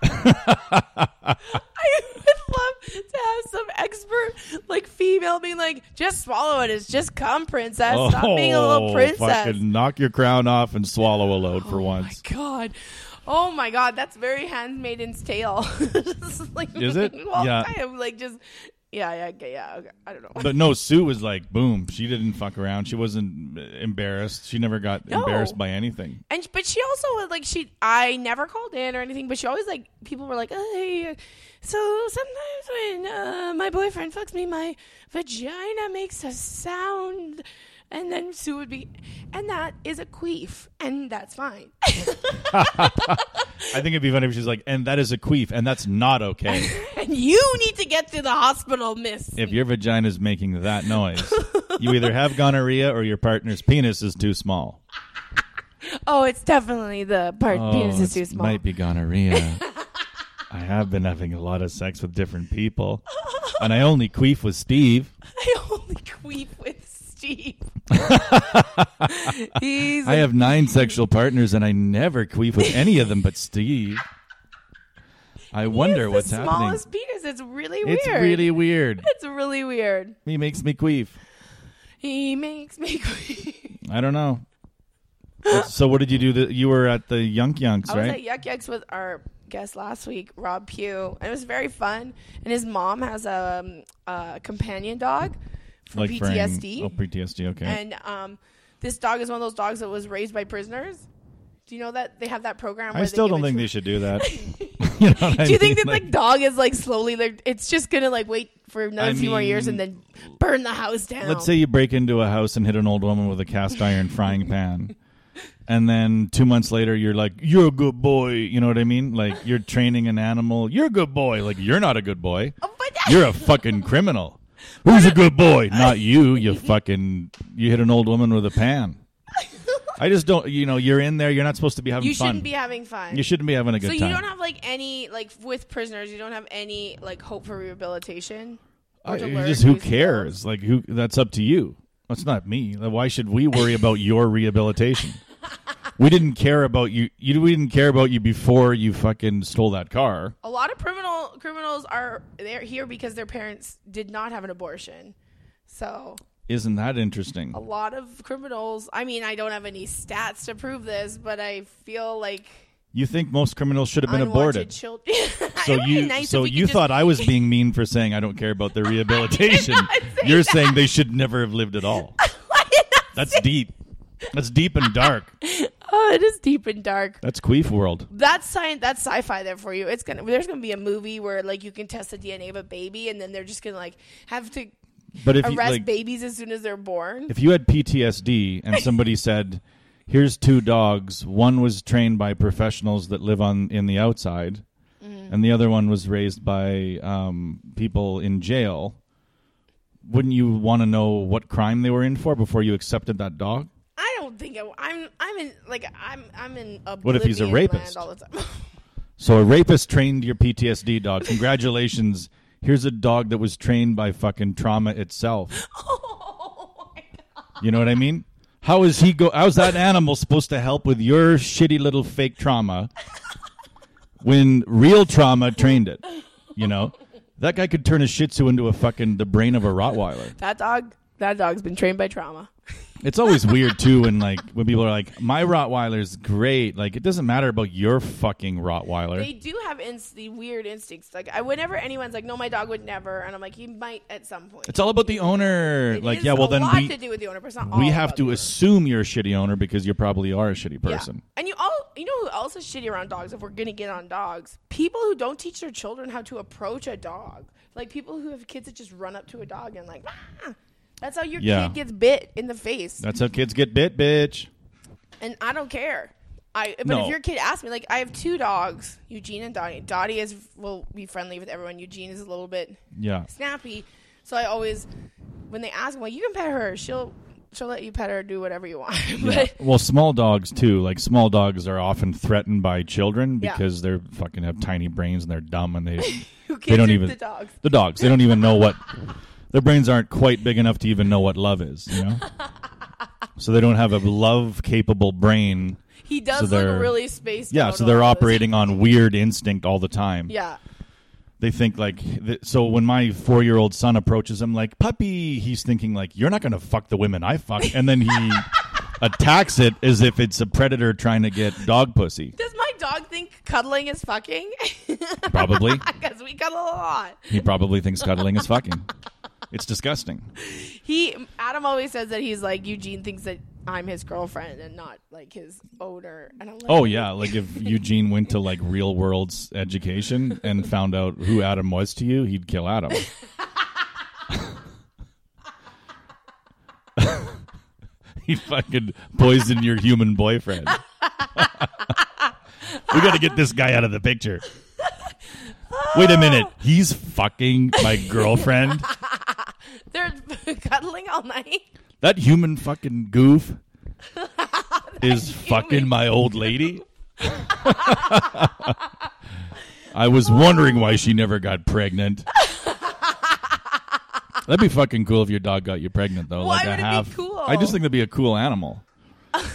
[SPEAKER 1] I would love to have some expert, like female, being like, just swallow it. It's just cum, princess. Stop being a little princess.
[SPEAKER 2] Oh, Fucking knock your crown off and swallow a load for
[SPEAKER 1] Oh my
[SPEAKER 2] once.
[SPEAKER 1] god. Oh my god, that's very Handmaiden's Tale. (laughs) Just like,
[SPEAKER 2] Is it?
[SPEAKER 1] (laughs) Well,
[SPEAKER 2] Yeah.
[SPEAKER 1] I am like just yeah, yeah, okay, yeah. Okay. I don't know.
[SPEAKER 2] But no, Sue was like, boom. She didn't fuck around. She wasn't embarrassed. She never got
[SPEAKER 1] No.
[SPEAKER 2] embarrassed by anything.
[SPEAKER 1] and but she also would, like she I never called in or anything, but she always like people were like, oh, hey, uh, so sometimes when uh, my boyfriend fucks me, my vagina makes a sound. And then Sue would be, and that is a queef, and that's fine. (laughs)
[SPEAKER 2] I think it'd be funny if she's like, and that is a queef, and that's not okay.
[SPEAKER 1] and you need to get to the hospital, miss.
[SPEAKER 2] if your vagina's making that noise, you either have gonorrhea or your partner's penis is too small.
[SPEAKER 1] Oh, it's definitely the part penis is
[SPEAKER 2] Oh, it
[SPEAKER 1] too small.
[SPEAKER 2] Might
[SPEAKER 1] (laughs)
[SPEAKER 2] be gonorrhea. I have been having a lot of sex with different people,
[SPEAKER 1] (laughs)
[SPEAKER 2] and I only queef with Steve.
[SPEAKER 1] I only queef with
[SPEAKER 2] (laughs)
[SPEAKER 1] Steve. He's
[SPEAKER 2] I have nine sexual partners, and I never queef with any of them but Steve. I wonder
[SPEAKER 1] the
[SPEAKER 2] what's happening.
[SPEAKER 1] smallest penis. It's really
[SPEAKER 2] It's
[SPEAKER 1] weird.
[SPEAKER 2] really weird.
[SPEAKER 1] it's really weird.
[SPEAKER 2] He makes me queef.
[SPEAKER 1] He makes me (laughs) queef.
[SPEAKER 2] I
[SPEAKER 1] (laughs)
[SPEAKER 2] don't know. so what did you do? That you were at the Yunk Yunks,
[SPEAKER 1] I was
[SPEAKER 2] right?
[SPEAKER 1] at Yuck Yucks with our guest last week, Rob Pugh, and it was very fun. And his mom has a, um, a companion dog for
[SPEAKER 2] for an-
[SPEAKER 1] PTSD.
[SPEAKER 2] oh, PTSD. Okay.
[SPEAKER 1] And um, this dog is one of those dogs that was raised by prisoners. Do you know that they have that program? Where
[SPEAKER 2] I still
[SPEAKER 1] they give
[SPEAKER 2] don't
[SPEAKER 1] it
[SPEAKER 2] think
[SPEAKER 1] to-
[SPEAKER 2] they should do
[SPEAKER 1] (laughs)
[SPEAKER 2] that. (laughs) You know what I
[SPEAKER 1] Do you think
[SPEAKER 2] mean?
[SPEAKER 1] that the dog is like slowly? Like, it's just gonna like wait for another
[SPEAKER 2] I
[SPEAKER 1] few more years and then burn the house down.
[SPEAKER 2] Let's say you break into a house and hit an old woman with a cast iron frying
[SPEAKER 1] (laughs)
[SPEAKER 2] pan. And then two months later, you're like, you're a good boy. You know what I mean? Like, you're training an animal. You're a good boy. Like, you're not a good boy.
[SPEAKER 1] (laughs) Oh, but
[SPEAKER 2] You're a
[SPEAKER 1] (laughs)
[SPEAKER 2] fucking criminal. Who's a good boy? Not you. You fucking, you hit an old woman with
[SPEAKER 1] (laughs)
[SPEAKER 2] a pan. I just don't, you know, you're in there. You're not supposed to be having
[SPEAKER 1] you
[SPEAKER 2] fun.
[SPEAKER 1] shouldn't be having fun.
[SPEAKER 2] you shouldn't be having a good
[SPEAKER 1] so you
[SPEAKER 2] time.
[SPEAKER 1] don't have like any like with prisoners. You don't have any like hope for rehabilitation. Or
[SPEAKER 2] I-
[SPEAKER 1] to
[SPEAKER 2] you
[SPEAKER 1] learn
[SPEAKER 2] just who
[SPEAKER 1] new skills.
[SPEAKER 2] cares? Like who? That's up to you. That's not me. Like, Why should we worry about your rehabilitation? We didn't care about you. You we didn't care about you before you fucking stole that car.
[SPEAKER 1] A lot of criminal criminals are they're here because their parents did not have an abortion. So
[SPEAKER 2] Isn't that interesting?
[SPEAKER 1] a lot of criminals. I mean, I don't have any stats to prove this, but I feel like
[SPEAKER 2] You think most criminals should have been
[SPEAKER 1] unwanted
[SPEAKER 2] aborted?
[SPEAKER 1] children. (laughs)
[SPEAKER 2] So you so you thought I was being mean for saying I don't care
[SPEAKER 1] (laughs)
[SPEAKER 2] about their rehabilitation. You're saying they should never have lived
[SPEAKER 1] (laughs)
[SPEAKER 2] at all. That's deep. That's deep and dark.
[SPEAKER 1] Oh, it is deep and dark.
[SPEAKER 2] That's queef world.
[SPEAKER 1] That's science. That's sci-fi there for you. It's gonna. There's gonna be a movie where like you can test the DNA of a baby, and then they're just gonna like have to
[SPEAKER 2] But if you,
[SPEAKER 1] arrest
[SPEAKER 2] like,
[SPEAKER 1] babies as soon as they're born.
[SPEAKER 2] if you had PTSD and somebody said, "Here's two dogs. One was trained by professionals that live on in the outside, and the other one was raised by um, people in jail," wouldn't you want to know what crime they were in for before you accepted that dog?
[SPEAKER 1] I don't think I, I'm. I'm in like I'm. I'm in a.
[SPEAKER 2] What if he's a rapist?
[SPEAKER 1] All the time. (laughs)
[SPEAKER 2] So a rapist trained your PTSD dog. Congratulations. Here's a dog that was trained by fucking trauma itself.
[SPEAKER 1] (laughs) oh my god!
[SPEAKER 2] You know what I mean? How is he go? How's that animal supposed to help with your shitty little fake trauma when real trauma trained it? You know, That guy could turn a Shih Tzu into a fucking the brain of a Rottweiler.
[SPEAKER 1] That dog, that dog's been trained by trauma.
[SPEAKER 2] It's always weird too when like when people are like, "My Rottweiler's great." Like it doesn't matter about your fucking Rottweiler.
[SPEAKER 1] They do have inst- the weird instincts. Like I, whenever anyone's like, "No, my dog would never," and I'm like, "He might at some point."
[SPEAKER 2] it's all about the owner.
[SPEAKER 1] It
[SPEAKER 2] like,
[SPEAKER 1] is
[SPEAKER 2] yeah, well
[SPEAKER 1] a
[SPEAKER 2] then
[SPEAKER 1] lot
[SPEAKER 2] we
[SPEAKER 1] to do with the owner, but it's not
[SPEAKER 2] we
[SPEAKER 1] all
[SPEAKER 2] have
[SPEAKER 1] about
[SPEAKER 2] to
[SPEAKER 1] the owner.
[SPEAKER 2] assume you're a shitty owner because you probably are a shitty
[SPEAKER 1] Yeah.
[SPEAKER 2] person.
[SPEAKER 1] And you all, you know, who else is shitty around dogs? If we're gonna get on dogs, people who don't teach their children how to approach a dog, like people who have kids that just run up to a dog and like, ah! that's how your
[SPEAKER 2] Yeah.
[SPEAKER 1] kid gets bit in the face.
[SPEAKER 2] That's how kids get bit, bitch.
[SPEAKER 1] and I don't care. I but
[SPEAKER 2] No.
[SPEAKER 1] if your kid asks me, like I have two dogs, Eugene and Dottie. Dottie is will be friendly with everyone. Eugene is a little bit (laughs)
[SPEAKER 2] Yeah.
[SPEAKER 1] snappy, so I always when they ask, i like, you can pet her. She'll she'll let you pet her, do whatever you want. (laughs) but
[SPEAKER 2] Yeah. Well, small dogs too. Like small dogs are often threatened by children
[SPEAKER 1] Yeah.
[SPEAKER 2] because they're fucking have tiny brains and they're dumb and they (laughs)
[SPEAKER 1] who
[SPEAKER 2] they
[SPEAKER 1] cares
[SPEAKER 2] don't
[SPEAKER 1] if
[SPEAKER 2] even
[SPEAKER 1] the dogs?
[SPEAKER 2] the dogs they don't even know what their brains aren't quite big enough to even know what love is.
[SPEAKER 1] (laughs)
[SPEAKER 2] You know. So they don't have a love capable brain.
[SPEAKER 1] He does
[SPEAKER 2] so they're-
[SPEAKER 1] look really spaced.
[SPEAKER 2] Yeah,
[SPEAKER 1] out
[SPEAKER 2] so
[SPEAKER 1] on
[SPEAKER 2] they're
[SPEAKER 1] all this.
[SPEAKER 2] operating on weird instinct all the time.
[SPEAKER 1] Yeah,
[SPEAKER 2] They think like th- so when my 4-year-old son approaches him like puppy, he's thinking like you're not going to fuck the women I fuck and then he attacks it as if it's a predator trying to get dog pussy.
[SPEAKER 1] does my dog think cuddling is fucking? (laughs)
[SPEAKER 2] Probably.
[SPEAKER 1] Because we cuddle a lot.
[SPEAKER 2] He probably thinks cuddling is fucking. It's disgusting.
[SPEAKER 1] He Adam always says that he's like Eugene thinks that I'm his girlfriend and not like his owner. And I'm like,
[SPEAKER 2] Oh yeah, like if Eugene went to like real world's education and found out who Adam was to you, he'd kill Adam. (laughs) he fucking poisoned your human boyfriend. (laughs) we got to get this guy out of the picture. Wait a minute, he's fucking my girlfriend.
[SPEAKER 1] they're (laughs) cuddling all night.
[SPEAKER 2] That human fucking goof
[SPEAKER 1] (laughs)
[SPEAKER 2] is fucking my
[SPEAKER 1] (laughs)
[SPEAKER 2] old lady. I was wondering why she never got pregnant. That'd be fucking cool if your dog got you pregnant, though.
[SPEAKER 1] Why
[SPEAKER 2] like
[SPEAKER 1] would it
[SPEAKER 2] a
[SPEAKER 1] be
[SPEAKER 2] half.
[SPEAKER 1] cool?
[SPEAKER 2] I just think that'd be a cool animal.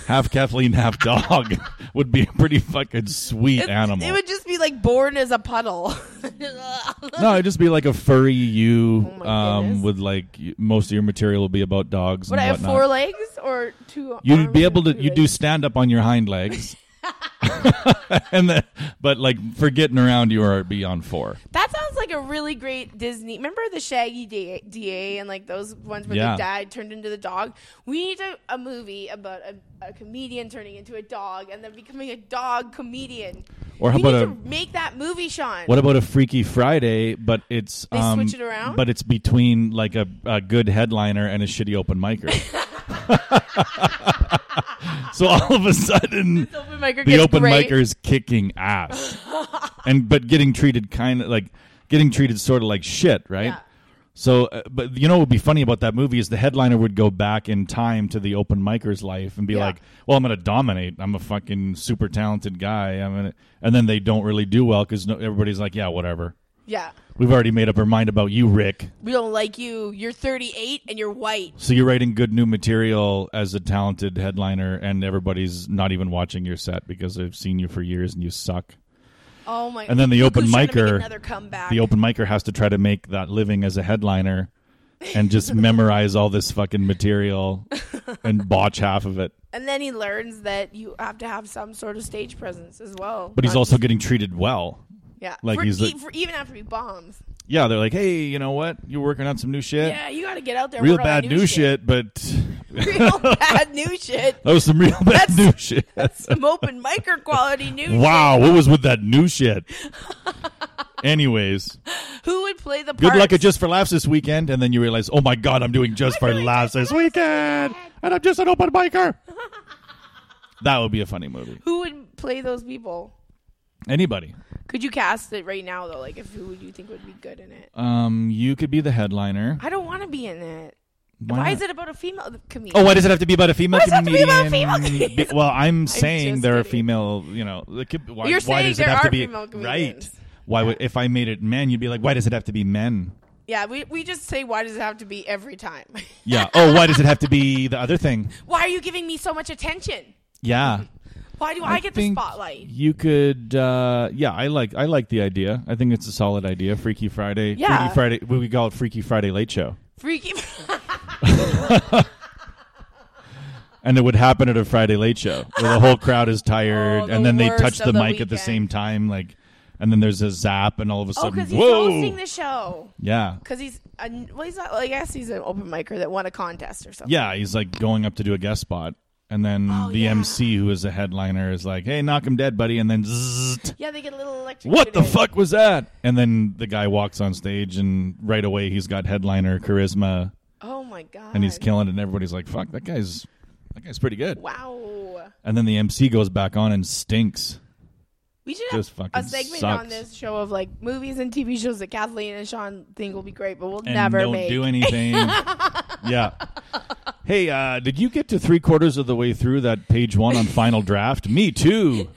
[SPEAKER 2] half Kathleen, half dog (laughs) would be a pretty fucking sweet
[SPEAKER 1] It,
[SPEAKER 2] animal.
[SPEAKER 1] it would just be like born as a puddle. (laughs)
[SPEAKER 2] no, it'd just be like a furry you,
[SPEAKER 1] Oh my
[SPEAKER 2] um,
[SPEAKER 1] goodness.
[SPEAKER 2] with like y- most of your material will be about dogs.
[SPEAKER 1] would
[SPEAKER 2] and
[SPEAKER 1] I have
[SPEAKER 2] whatnot.
[SPEAKER 1] four legs or two?
[SPEAKER 2] You'd
[SPEAKER 1] arms
[SPEAKER 2] be
[SPEAKER 1] and
[SPEAKER 2] able to
[SPEAKER 1] two
[SPEAKER 2] you do
[SPEAKER 1] legs?
[SPEAKER 2] stand up on your hind
[SPEAKER 1] (laughs)
[SPEAKER 2] legs, (laughs) and then but like for getting around, you are be on four.
[SPEAKER 1] That sounds like a really great Disney. Remember the Shaggy DA, DA and like those ones where
[SPEAKER 2] Yeah.
[SPEAKER 1] the dad turned into the dog? We need a, a movie about a, a comedian turning into a dog and then becoming a dog comedian.
[SPEAKER 2] Or how
[SPEAKER 1] We need
[SPEAKER 2] about
[SPEAKER 1] to make that movie, Sean?
[SPEAKER 2] What about a Freaky Friday? But it's
[SPEAKER 1] They
[SPEAKER 2] um,
[SPEAKER 1] switch it around?
[SPEAKER 2] But it's between like a, a good headliner and a shitty open
[SPEAKER 1] (laughs)
[SPEAKER 2] micer. (laughs) so all of a sudden,
[SPEAKER 1] the open micer
[SPEAKER 2] the
[SPEAKER 1] gets
[SPEAKER 2] open
[SPEAKER 1] great.
[SPEAKER 2] micer is kicking
[SPEAKER 1] (laughs)
[SPEAKER 2] ass, and but getting treated kind of like getting treated sort of like shit, right?
[SPEAKER 1] Yeah.
[SPEAKER 2] So, uh, but you know what would be funny about that movie is the headliner would go back in time to the open micer's life and be
[SPEAKER 1] Yeah.
[SPEAKER 2] like, "Well, I'm going to dominate. I'm a fucking super talented guy." I'm gonna, and then they don't really do well because no, everybody's like, "Yeah, whatever.
[SPEAKER 1] Yeah.
[SPEAKER 2] We've already made up our mind about you, Rick.
[SPEAKER 1] We don't like you. You're 38 and you're white.
[SPEAKER 2] So you're writing good new material as a talented headliner, and everybody's not even watching your set because they've seen you for years and you suck."
[SPEAKER 1] Oh my!
[SPEAKER 2] And then the
[SPEAKER 1] Look
[SPEAKER 2] open
[SPEAKER 1] who's trying to make
[SPEAKER 2] micer-
[SPEAKER 1] another comeback.
[SPEAKER 2] the open micer has to try to make that living as a headliner and (laughs) just memorize all this fucking material and botch half of it.
[SPEAKER 1] and then he learns that you have to have some sort of stage presence as well.
[SPEAKER 2] But he's
[SPEAKER 1] Not
[SPEAKER 2] also getting treated well.
[SPEAKER 1] just- yeah,
[SPEAKER 2] like,
[SPEAKER 1] for,
[SPEAKER 2] he's
[SPEAKER 1] e-
[SPEAKER 2] a-
[SPEAKER 1] for even after he bombs.
[SPEAKER 2] Yeah, they're like, hey, you know what? You're working on some new shit.
[SPEAKER 1] Yeah, you got to get out there. and
[SPEAKER 2] real
[SPEAKER 1] work on that
[SPEAKER 2] bad new shit, but that
[SPEAKER 1] (laughs) real
[SPEAKER 2] (laughs)
[SPEAKER 1] bad new shit.
[SPEAKER 2] was some real (laughs) bad
[SPEAKER 1] That's-
[SPEAKER 2] new shit.
[SPEAKER 1] Some open micro quality new
[SPEAKER 2] (laughs) Wow, what was with that new (laughs) shit? Anyways,
[SPEAKER 1] shit. Who would play the part?
[SPEAKER 2] good luck at Just for Laughs this weekend, and then you realize, oh my god, I'm doing Just for
[SPEAKER 1] doing
[SPEAKER 2] Laughs this weekend, and I'm just an open (laughs) micer. that would be a funny movie.
[SPEAKER 1] Who would play those people?
[SPEAKER 2] Anybody.
[SPEAKER 1] Could you cast it right now though? Like, if who would you think would be good in it?
[SPEAKER 2] Um, you could be the headliner.
[SPEAKER 1] I don't want to be in it.
[SPEAKER 2] Why
[SPEAKER 1] Why,
[SPEAKER 2] not?
[SPEAKER 1] is it about a female comedian?
[SPEAKER 2] Oh, why does it have to be about a female
[SPEAKER 1] Why does it have to be
[SPEAKER 2] comedian?
[SPEAKER 1] about a female comedian? (laughs)
[SPEAKER 2] Be- well, I'm saying
[SPEAKER 1] just
[SPEAKER 2] there are
[SPEAKER 1] kidding.
[SPEAKER 2] female. You know, it could, why,
[SPEAKER 1] You're
[SPEAKER 2] why
[SPEAKER 1] saying
[SPEAKER 2] does
[SPEAKER 1] there
[SPEAKER 2] it have
[SPEAKER 1] are
[SPEAKER 2] to be
[SPEAKER 1] female
[SPEAKER 2] right?
[SPEAKER 1] comedians.
[SPEAKER 2] Why would if I made it men, you'd be like, why does it have to be men?
[SPEAKER 1] Yeah, we we just say why does it have to be every time? (laughs)
[SPEAKER 2] (laughs) Yeah. Oh, why does it have to be the other thing?
[SPEAKER 1] (laughs) why are you giving me so much attention?
[SPEAKER 2] Yeah.
[SPEAKER 1] Why do I, get the
[SPEAKER 2] think
[SPEAKER 1] spotlight?
[SPEAKER 2] You could, uh, yeah, I like I like the idea. I think it's a solid idea. Freaky Friday,
[SPEAKER 1] Yeah.
[SPEAKER 2] Freaky Friday. We could call it Freaky Friday Late Show,
[SPEAKER 1] Freaky. (laughs)
[SPEAKER 2] and it would happen at a Friday Late Show where the whole crowd is
[SPEAKER 1] (laughs)
[SPEAKER 2] tired,
[SPEAKER 1] Oh, the
[SPEAKER 2] and then they
[SPEAKER 1] worst
[SPEAKER 2] touch
[SPEAKER 1] of
[SPEAKER 2] the
[SPEAKER 1] the
[SPEAKER 2] mic at the
[SPEAKER 1] weekend.
[SPEAKER 2] same time, like, and then there's a zap, and all of a
[SPEAKER 1] oh,
[SPEAKER 2] sudden,
[SPEAKER 1] because he's
[SPEAKER 2] whoa,
[SPEAKER 1] hosting the show.
[SPEAKER 2] yeah,
[SPEAKER 1] Because he's a, well, he's not. I guess he's an open micer that won a contest or something.
[SPEAKER 2] yeah, he's like going up to do a guest spot. And then
[SPEAKER 1] Oh,
[SPEAKER 2] the
[SPEAKER 1] yeah.
[SPEAKER 2] MC, who is a headliner, is like, "Hey, knock him dead, buddy!" And then, zzzt,
[SPEAKER 1] Yeah, they get a little electric.
[SPEAKER 2] what the fuck was that? And then the guy walks on stage, and right away he's got headliner charisma,
[SPEAKER 1] Oh my god.
[SPEAKER 2] and he's killing it. And everybody's like, "Fuck, that guy's that guy's pretty good."
[SPEAKER 1] Wow.
[SPEAKER 2] And then the MC goes back on and stinks.
[SPEAKER 1] We should
[SPEAKER 2] Just
[SPEAKER 1] have a
[SPEAKER 2] fucking
[SPEAKER 1] segment
[SPEAKER 2] sucks.
[SPEAKER 1] on this show of like movies and TV shows that Kathleen and Sean think will be great, but we'll
[SPEAKER 2] And
[SPEAKER 1] never
[SPEAKER 2] don't
[SPEAKER 1] make.
[SPEAKER 2] do anything. yeah. Hey, uh, did you get to three quarters of the way through that page one on final draft? Me too.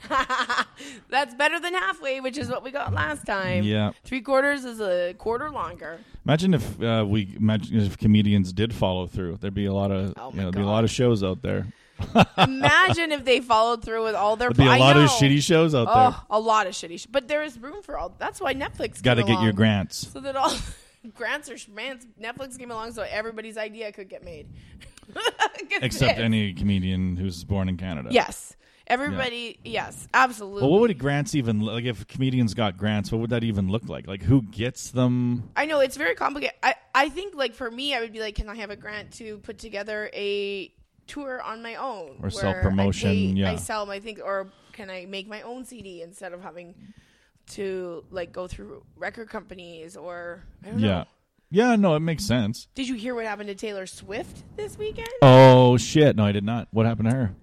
[SPEAKER 1] That's better than halfway, which is what we got last time.
[SPEAKER 2] Yeah.
[SPEAKER 1] Three quarters is a quarter longer.
[SPEAKER 2] Imagine if uh, we imagine if comedians did follow through. There'd be a lot of
[SPEAKER 1] Oh
[SPEAKER 2] you
[SPEAKER 1] my
[SPEAKER 2] know, there'd be a
[SPEAKER 1] God.
[SPEAKER 2] lot of shows out there.
[SPEAKER 1] Imagine if they followed through with all their.
[SPEAKER 2] There'd be
[SPEAKER 1] I
[SPEAKER 2] a lot
[SPEAKER 1] know.
[SPEAKER 2] of shitty shows out there.
[SPEAKER 1] Oh, a lot of shitty. Sh- but there is room for all. That's why Netflix.
[SPEAKER 2] Got to
[SPEAKER 1] came
[SPEAKER 2] get your
[SPEAKER 1] along.
[SPEAKER 2] grants.
[SPEAKER 1] (laughs) So that all grants or schmants, Netflix came along, so everybody's idea could get made. (laughs) 'Cause
[SPEAKER 2] Except
[SPEAKER 1] it-
[SPEAKER 2] any comedian who's born in Canada.
[SPEAKER 1] Yes, everybody. Yes, absolutely.
[SPEAKER 2] Well, what would grants even like? If comedians got grants, what would that even look like? Like, who gets them?
[SPEAKER 1] I know it's very complicated. I, I think like for me, I would be like, can I have a grant to put together a tour on my own
[SPEAKER 2] Or
[SPEAKER 1] where
[SPEAKER 2] self-promotion,
[SPEAKER 1] I pay-
[SPEAKER 2] yeah.
[SPEAKER 1] I sell my thing, or can I make my own CD instead of having to like go through record companies or I don't
[SPEAKER 2] Yeah,
[SPEAKER 1] know.
[SPEAKER 2] yeah. No, it makes sense.
[SPEAKER 1] Did you hear what happened to Taylor Swift this weekend?
[SPEAKER 2] Oh shit! No, I did not. What happened to her?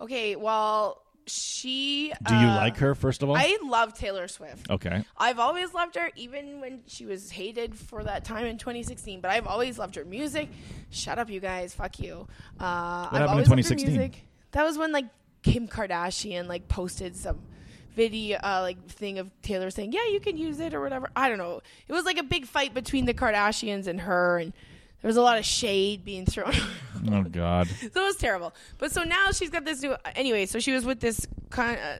[SPEAKER 1] Okay, well she.
[SPEAKER 2] Do you
[SPEAKER 1] uh,
[SPEAKER 2] like her? First of all,
[SPEAKER 1] I love Taylor Swift.
[SPEAKER 2] okay.
[SPEAKER 1] I've always loved her, even when she was hated for that time in 2016. But I've always loved her music. Shut up, you guys. Fuck you. Uh, I've
[SPEAKER 2] happened in
[SPEAKER 1] always loved her
[SPEAKER 2] 2016?
[SPEAKER 1] music. That was when like Kim Kardashian like posted some video uh, like thing of Taylor saying, "Yeah, you can use it" or whatever. I don't know. It was like a big fight between the Kardashians and her, and there was a lot of shade being thrown. (laughs)
[SPEAKER 2] Oh god.
[SPEAKER 1] So it was terrible. But so now she's got this new. Anyway, so she was with this con, uh,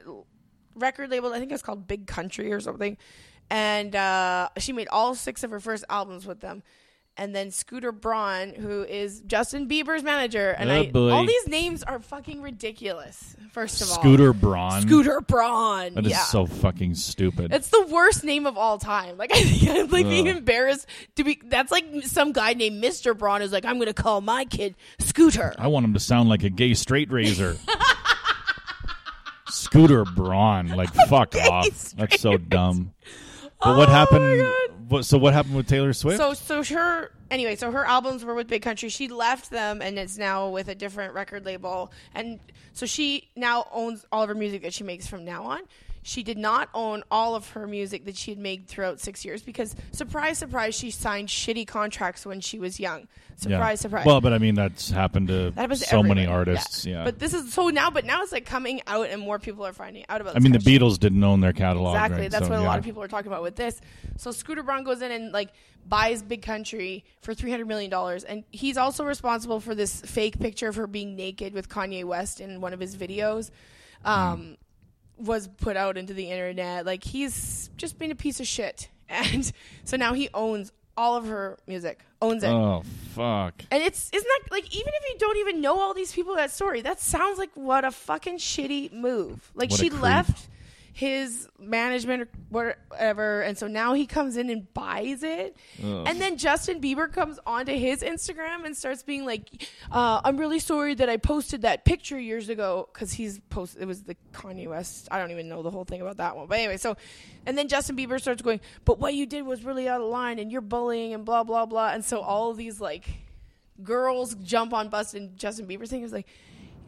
[SPEAKER 1] record label. I think it's called Big Country or something. And uh, she made all six of her first albums with them. And then Scooter Braun, who is Justin Bieber's manager, and
[SPEAKER 2] Oh,
[SPEAKER 1] I,
[SPEAKER 2] boy.
[SPEAKER 1] all these names are fucking ridiculous. First of all,
[SPEAKER 2] Scooter Braun.
[SPEAKER 1] Scooter Braun.
[SPEAKER 2] That is
[SPEAKER 1] yeah.
[SPEAKER 2] so fucking stupid.
[SPEAKER 1] It's the worst name of all time. Like (laughs) I think I'm like being
[SPEAKER 2] Ugh.
[SPEAKER 1] embarrassed to be. That's like some guy named Mr. Braun is like I'm going to call my kid Scooter.
[SPEAKER 2] I want him to sound like a gay straight razor. Scooter
[SPEAKER 1] (laughs)
[SPEAKER 2] Braun, like fuck off. That's so dumb. But what
[SPEAKER 1] Oh my
[SPEAKER 2] happened?
[SPEAKER 1] God.
[SPEAKER 2] What, so what happened with Taylor Swift?
[SPEAKER 1] So so her anyway, so her albums were with Big Country. She left them and it's now with a different record label. And so she now owns all of her music that she makes from now on. She did not own all of her music that she had made throughout six years because surprise, surprise, she signed shitty contracts when she was young.
[SPEAKER 2] Yeah.
[SPEAKER 1] Surprise, surprise.
[SPEAKER 2] Well, but I mean that's happened to
[SPEAKER 1] that happens to
[SPEAKER 2] so many
[SPEAKER 1] everybody.
[SPEAKER 2] artists. Yeah,
[SPEAKER 1] But this is so now but now it's like coming out and more people are finding out about
[SPEAKER 2] I mean the
[SPEAKER 1] Beatles.
[SPEAKER 2] Beatles didn't own their catalog.
[SPEAKER 1] Exactly.
[SPEAKER 2] right?
[SPEAKER 1] That's
[SPEAKER 2] So,
[SPEAKER 1] what a
[SPEAKER 2] yeah.
[SPEAKER 1] lot of people are talking about with this. So Scooter Braun goes in and like buys Big Country for three hundred million dollars, and he's also responsible for this fake picture of her being naked with Kanye West in one of his videos. Um,
[SPEAKER 2] Mm.
[SPEAKER 1] Was put out into the internet. Like he's just been a piece of shit, (laughs) and so now he owns all of her music. Owns it.
[SPEAKER 2] Oh fuck!
[SPEAKER 1] And it's isn't that like even if you don't even know all these people in that story, that sounds like what a fucking shitty move. Like
[SPEAKER 2] What a
[SPEAKER 1] she
[SPEAKER 2] creep.
[SPEAKER 1] left his management or whatever, and so now he comes in and buys it. And then Justin Bieber comes onto his Instagram and starts being like, uh, "I'm really sorry that I posted that picture years ago because he's posted it was the Kanye West. I don't even know the whole thing about that one, but anyway. So, and then Justin Bieber starts going, "But what you did was really out of line, and you're bullying and blah blah blah." And so all of these like girls jump on bus and Justin Bieber thing is like,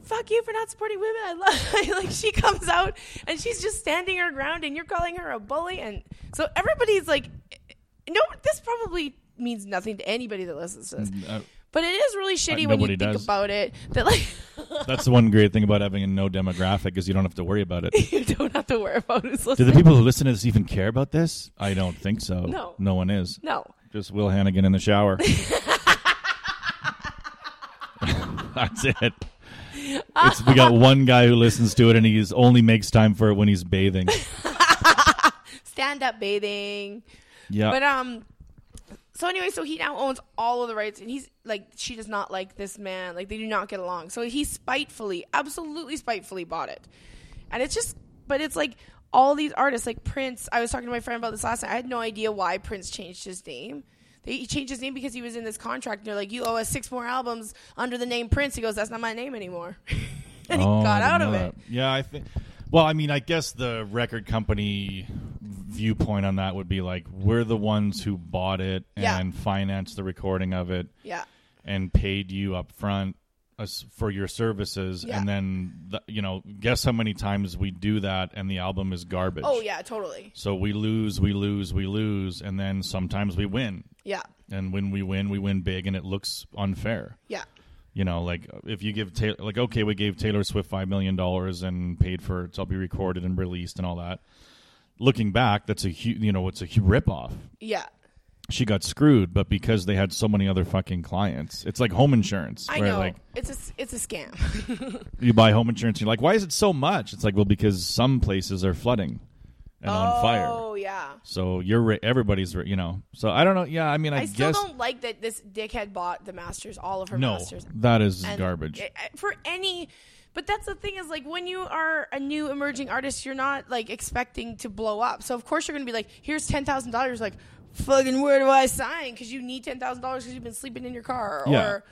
[SPEAKER 1] "Fuck you for not supporting women." I love (laughs) like she comes out and she's just standing her ground, and you're calling her a bully, and so everybody's like, "No, this probably means nothing to anybody that listens to this."
[SPEAKER 2] Uh,
[SPEAKER 1] But it is really shitty when
[SPEAKER 2] nobody
[SPEAKER 1] you think
[SPEAKER 2] does.
[SPEAKER 1] about it that like (laughs)
[SPEAKER 2] That's the one great thing about having a no demographic is you don't have to worry about it.
[SPEAKER 1] you don't have to worry about who's
[SPEAKER 2] Do
[SPEAKER 1] listening.
[SPEAKER 2] the people who listen to this even care about this? I don't think so.
[SPEAKER 1] No.
[SPEAKER 2] no one is.
[SPEAKER 1] no.
[SPEAKER 2] Just Will Hannigan
[SPEAKER 1] (laughs)
[SPEAKER 2] in the shower. That's it. It's, we got one guy who listens to it, and he's only makes time for it when
[SPEAKER 1] (laughs)
[SPEAKER 2] he's bathing.
[SPEAKER 1] Stand up bathing.
[SPEAKER 2] Yeah,
[SPEAKER 1] But um, so anyway, so he now owns all of the rights, and he's like, she does not like this man. Like they do not get along. So he spitefully, absolutely spitefully, bought it, and it's just, but it's like all these artists, like Prince. I was talking to my friend about this last night. I had no idea why Prince changed his name. They- He changed his name because he was in this contract, and they're like, "You owe us six more albums under the name Prince." He goes, "That's not my name anymore," (laughs) and
[SPEAKER 2] Oh,
[SPEAKER 1] he got
[SPEAKER 2] I
[SPEAKER 1] out
[SPEAKER 2] didn't
[SPEAKER 1] of
[SPEAKER 2] know
[SPEAKER 1] it.
[SPEAKER 2] that. Yeah, I think. Well, I mean, I guess the record company viewpoint on that would be like we're the ones who bought it
[SPEAKER 1] Yeah.
[SPEAKER 2] and financed the recording of it
[SPEAKER 1] Yeah,
[SPEAKER 2] and paid you up front as- for your services
[SPEAKER 1] Yeah.
[SPEAKER 2] and then the, you know guess how many times we do that and the album is garbage
[SPEAKER 1] oh yeah, totally.
[SPEAKER 2] so we lose we lose we lose and then sometimes we win
[SPEAKER 1] Yeah,
[SPEAKER 2] and when we win we win big and it looks unfair
[SPEAKER 1] yeah,
[SPEAKER 2] you know, like if you give Taylor, like okay, we gave Taylor Swift five million dollars and paid for it to be recorded and released and all that. Looking back, that's a huge, you know, it's a huge ripoff.
[SPEAKER 1] yeah.
[SPEAKER 2] She got screwed, but because they had so many other fucking clients, it's like home insurance.
[SPEAKER 1] I
[SPEAKER 2] right?
[SPEAKER 1] know
[SPEAKER 2] Like
[SPEAKER 1] it's a s- it's a scam.
[SPEAKER 2] you buy home insurance, you're like, why is it so much? It's like, well, because some places are flooding and on fire.
[SPEAKER 1] Oh yeah.
[SPEAKER 2] So you're ri- everybody's, ri- you know. So I don't know. Yeah, I mean, I,
[SPEAKER 1] I still
[SPEAKER 2] guess
[SPEAKER 1] don't like that this dickhead bought the Masters, all of her
[SPEAKER 2] no,
[SPEAKER 1] Masters.
[SPEAKER 2] that is
[SPEAKER 1] And
[SPEAKER 2] garbage.
[SPEAKER 1] I- I- For any, but that's the thing is like when you are a new emerging artist, you're not like expecting to blow up. So of course you're gonna be like, here's ten thousand dollars. Like, fucking where do I sign? Because you need ten thousand dollars because you've been sleeping in your car.
[SPEAKER 2] Yeah.
[SPEAKER 1] Or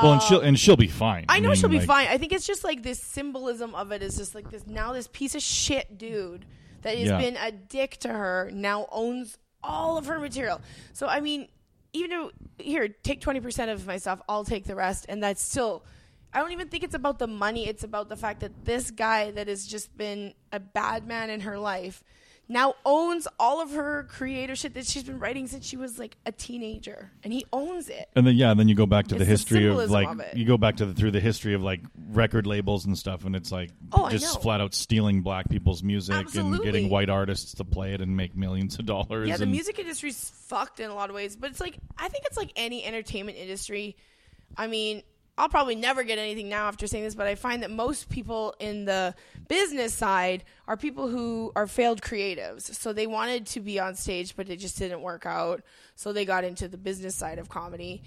[SPEAKER 2] well, and she'll and she'll be fine.
[SPEAKER 1] uh, I know
[SPEAKER 2] mean,
[SPEAKER 1] she'll be
[SPEAKER 2] like-
[SPEAKER 1] fine. I think it's just like this symbolism of it is just like this now this piece of shit dude that has
[SPEAKER 2] Yeah.
[SPEAKER 1] been a dick to her now owns all of her material. So I mean, even if, here, take twenty percent of my stuff, I'll take the rest, and that's still. I don't even think it's about the money. It's about the fact that this guy that has just been a bad man in her life now owns all of her creative shit that she's been writing since she was like a teenager, and he owns it.
[SPEAKER 2] And then yeah, and then you go back to the
[SPEAKER 1] It's the
[SPEAKER 2] history of
[SPEAKER 1] symbolism
[SPEAKER 2] like
[SPEAKER 1] of it.
[SPEAKER 2] you go back to the through the history of like record labels and stuff, and it's like
[SPEAKER 1] Oh, I know.
[SPEAKER 2] just flat out stealing black people's music and
[SPEAKER 1] Absolutely.
[SPEAKER 2] getting white artists to play it and make millions of dollars.
[SPEAKER 1] Yeah, the
[SPEAKER 2] and-
[SPEAKER 1] music industry's fucked in a lot of ways, but it's like I think it's like any entertainment industry. I mean, I'll probably never get anything now after saying this, but I find that most people in the business side are people who are failed creatives. So they wanted to be on stage, but it just didn't work out. So they got into the business side of comedy.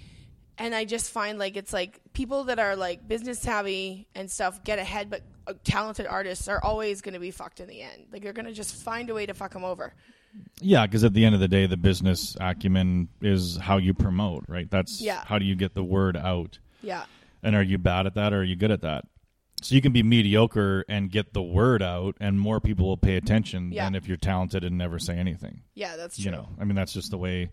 [SPEAKER 1] And I just find like it's like people that are like business savvy and stuff get ahead, but uh, talented artists are always going to be fucked in the end. Like they're going to just find a way to fuck them over.
[SPEAKER 2] Yeah, because at the end of the day, the business acumen is how you promote, right? That's
[SPEAKER 1] Yeah.
[SPEAKER 2] how do you get the word out,
[SPEAKER 1] Yeah.
[SPEAKER 2] and are you bad at that or are you good at that? So you can be mediocre and get the word out, and more people will pay attention
[SPEAKER 1] Yeah.
[SPEAKER 2] than if you're talented and never say anything.
[SPEAKER 1] Yeah, that's true.
[SPEAKER 2] you know i mean that's just the way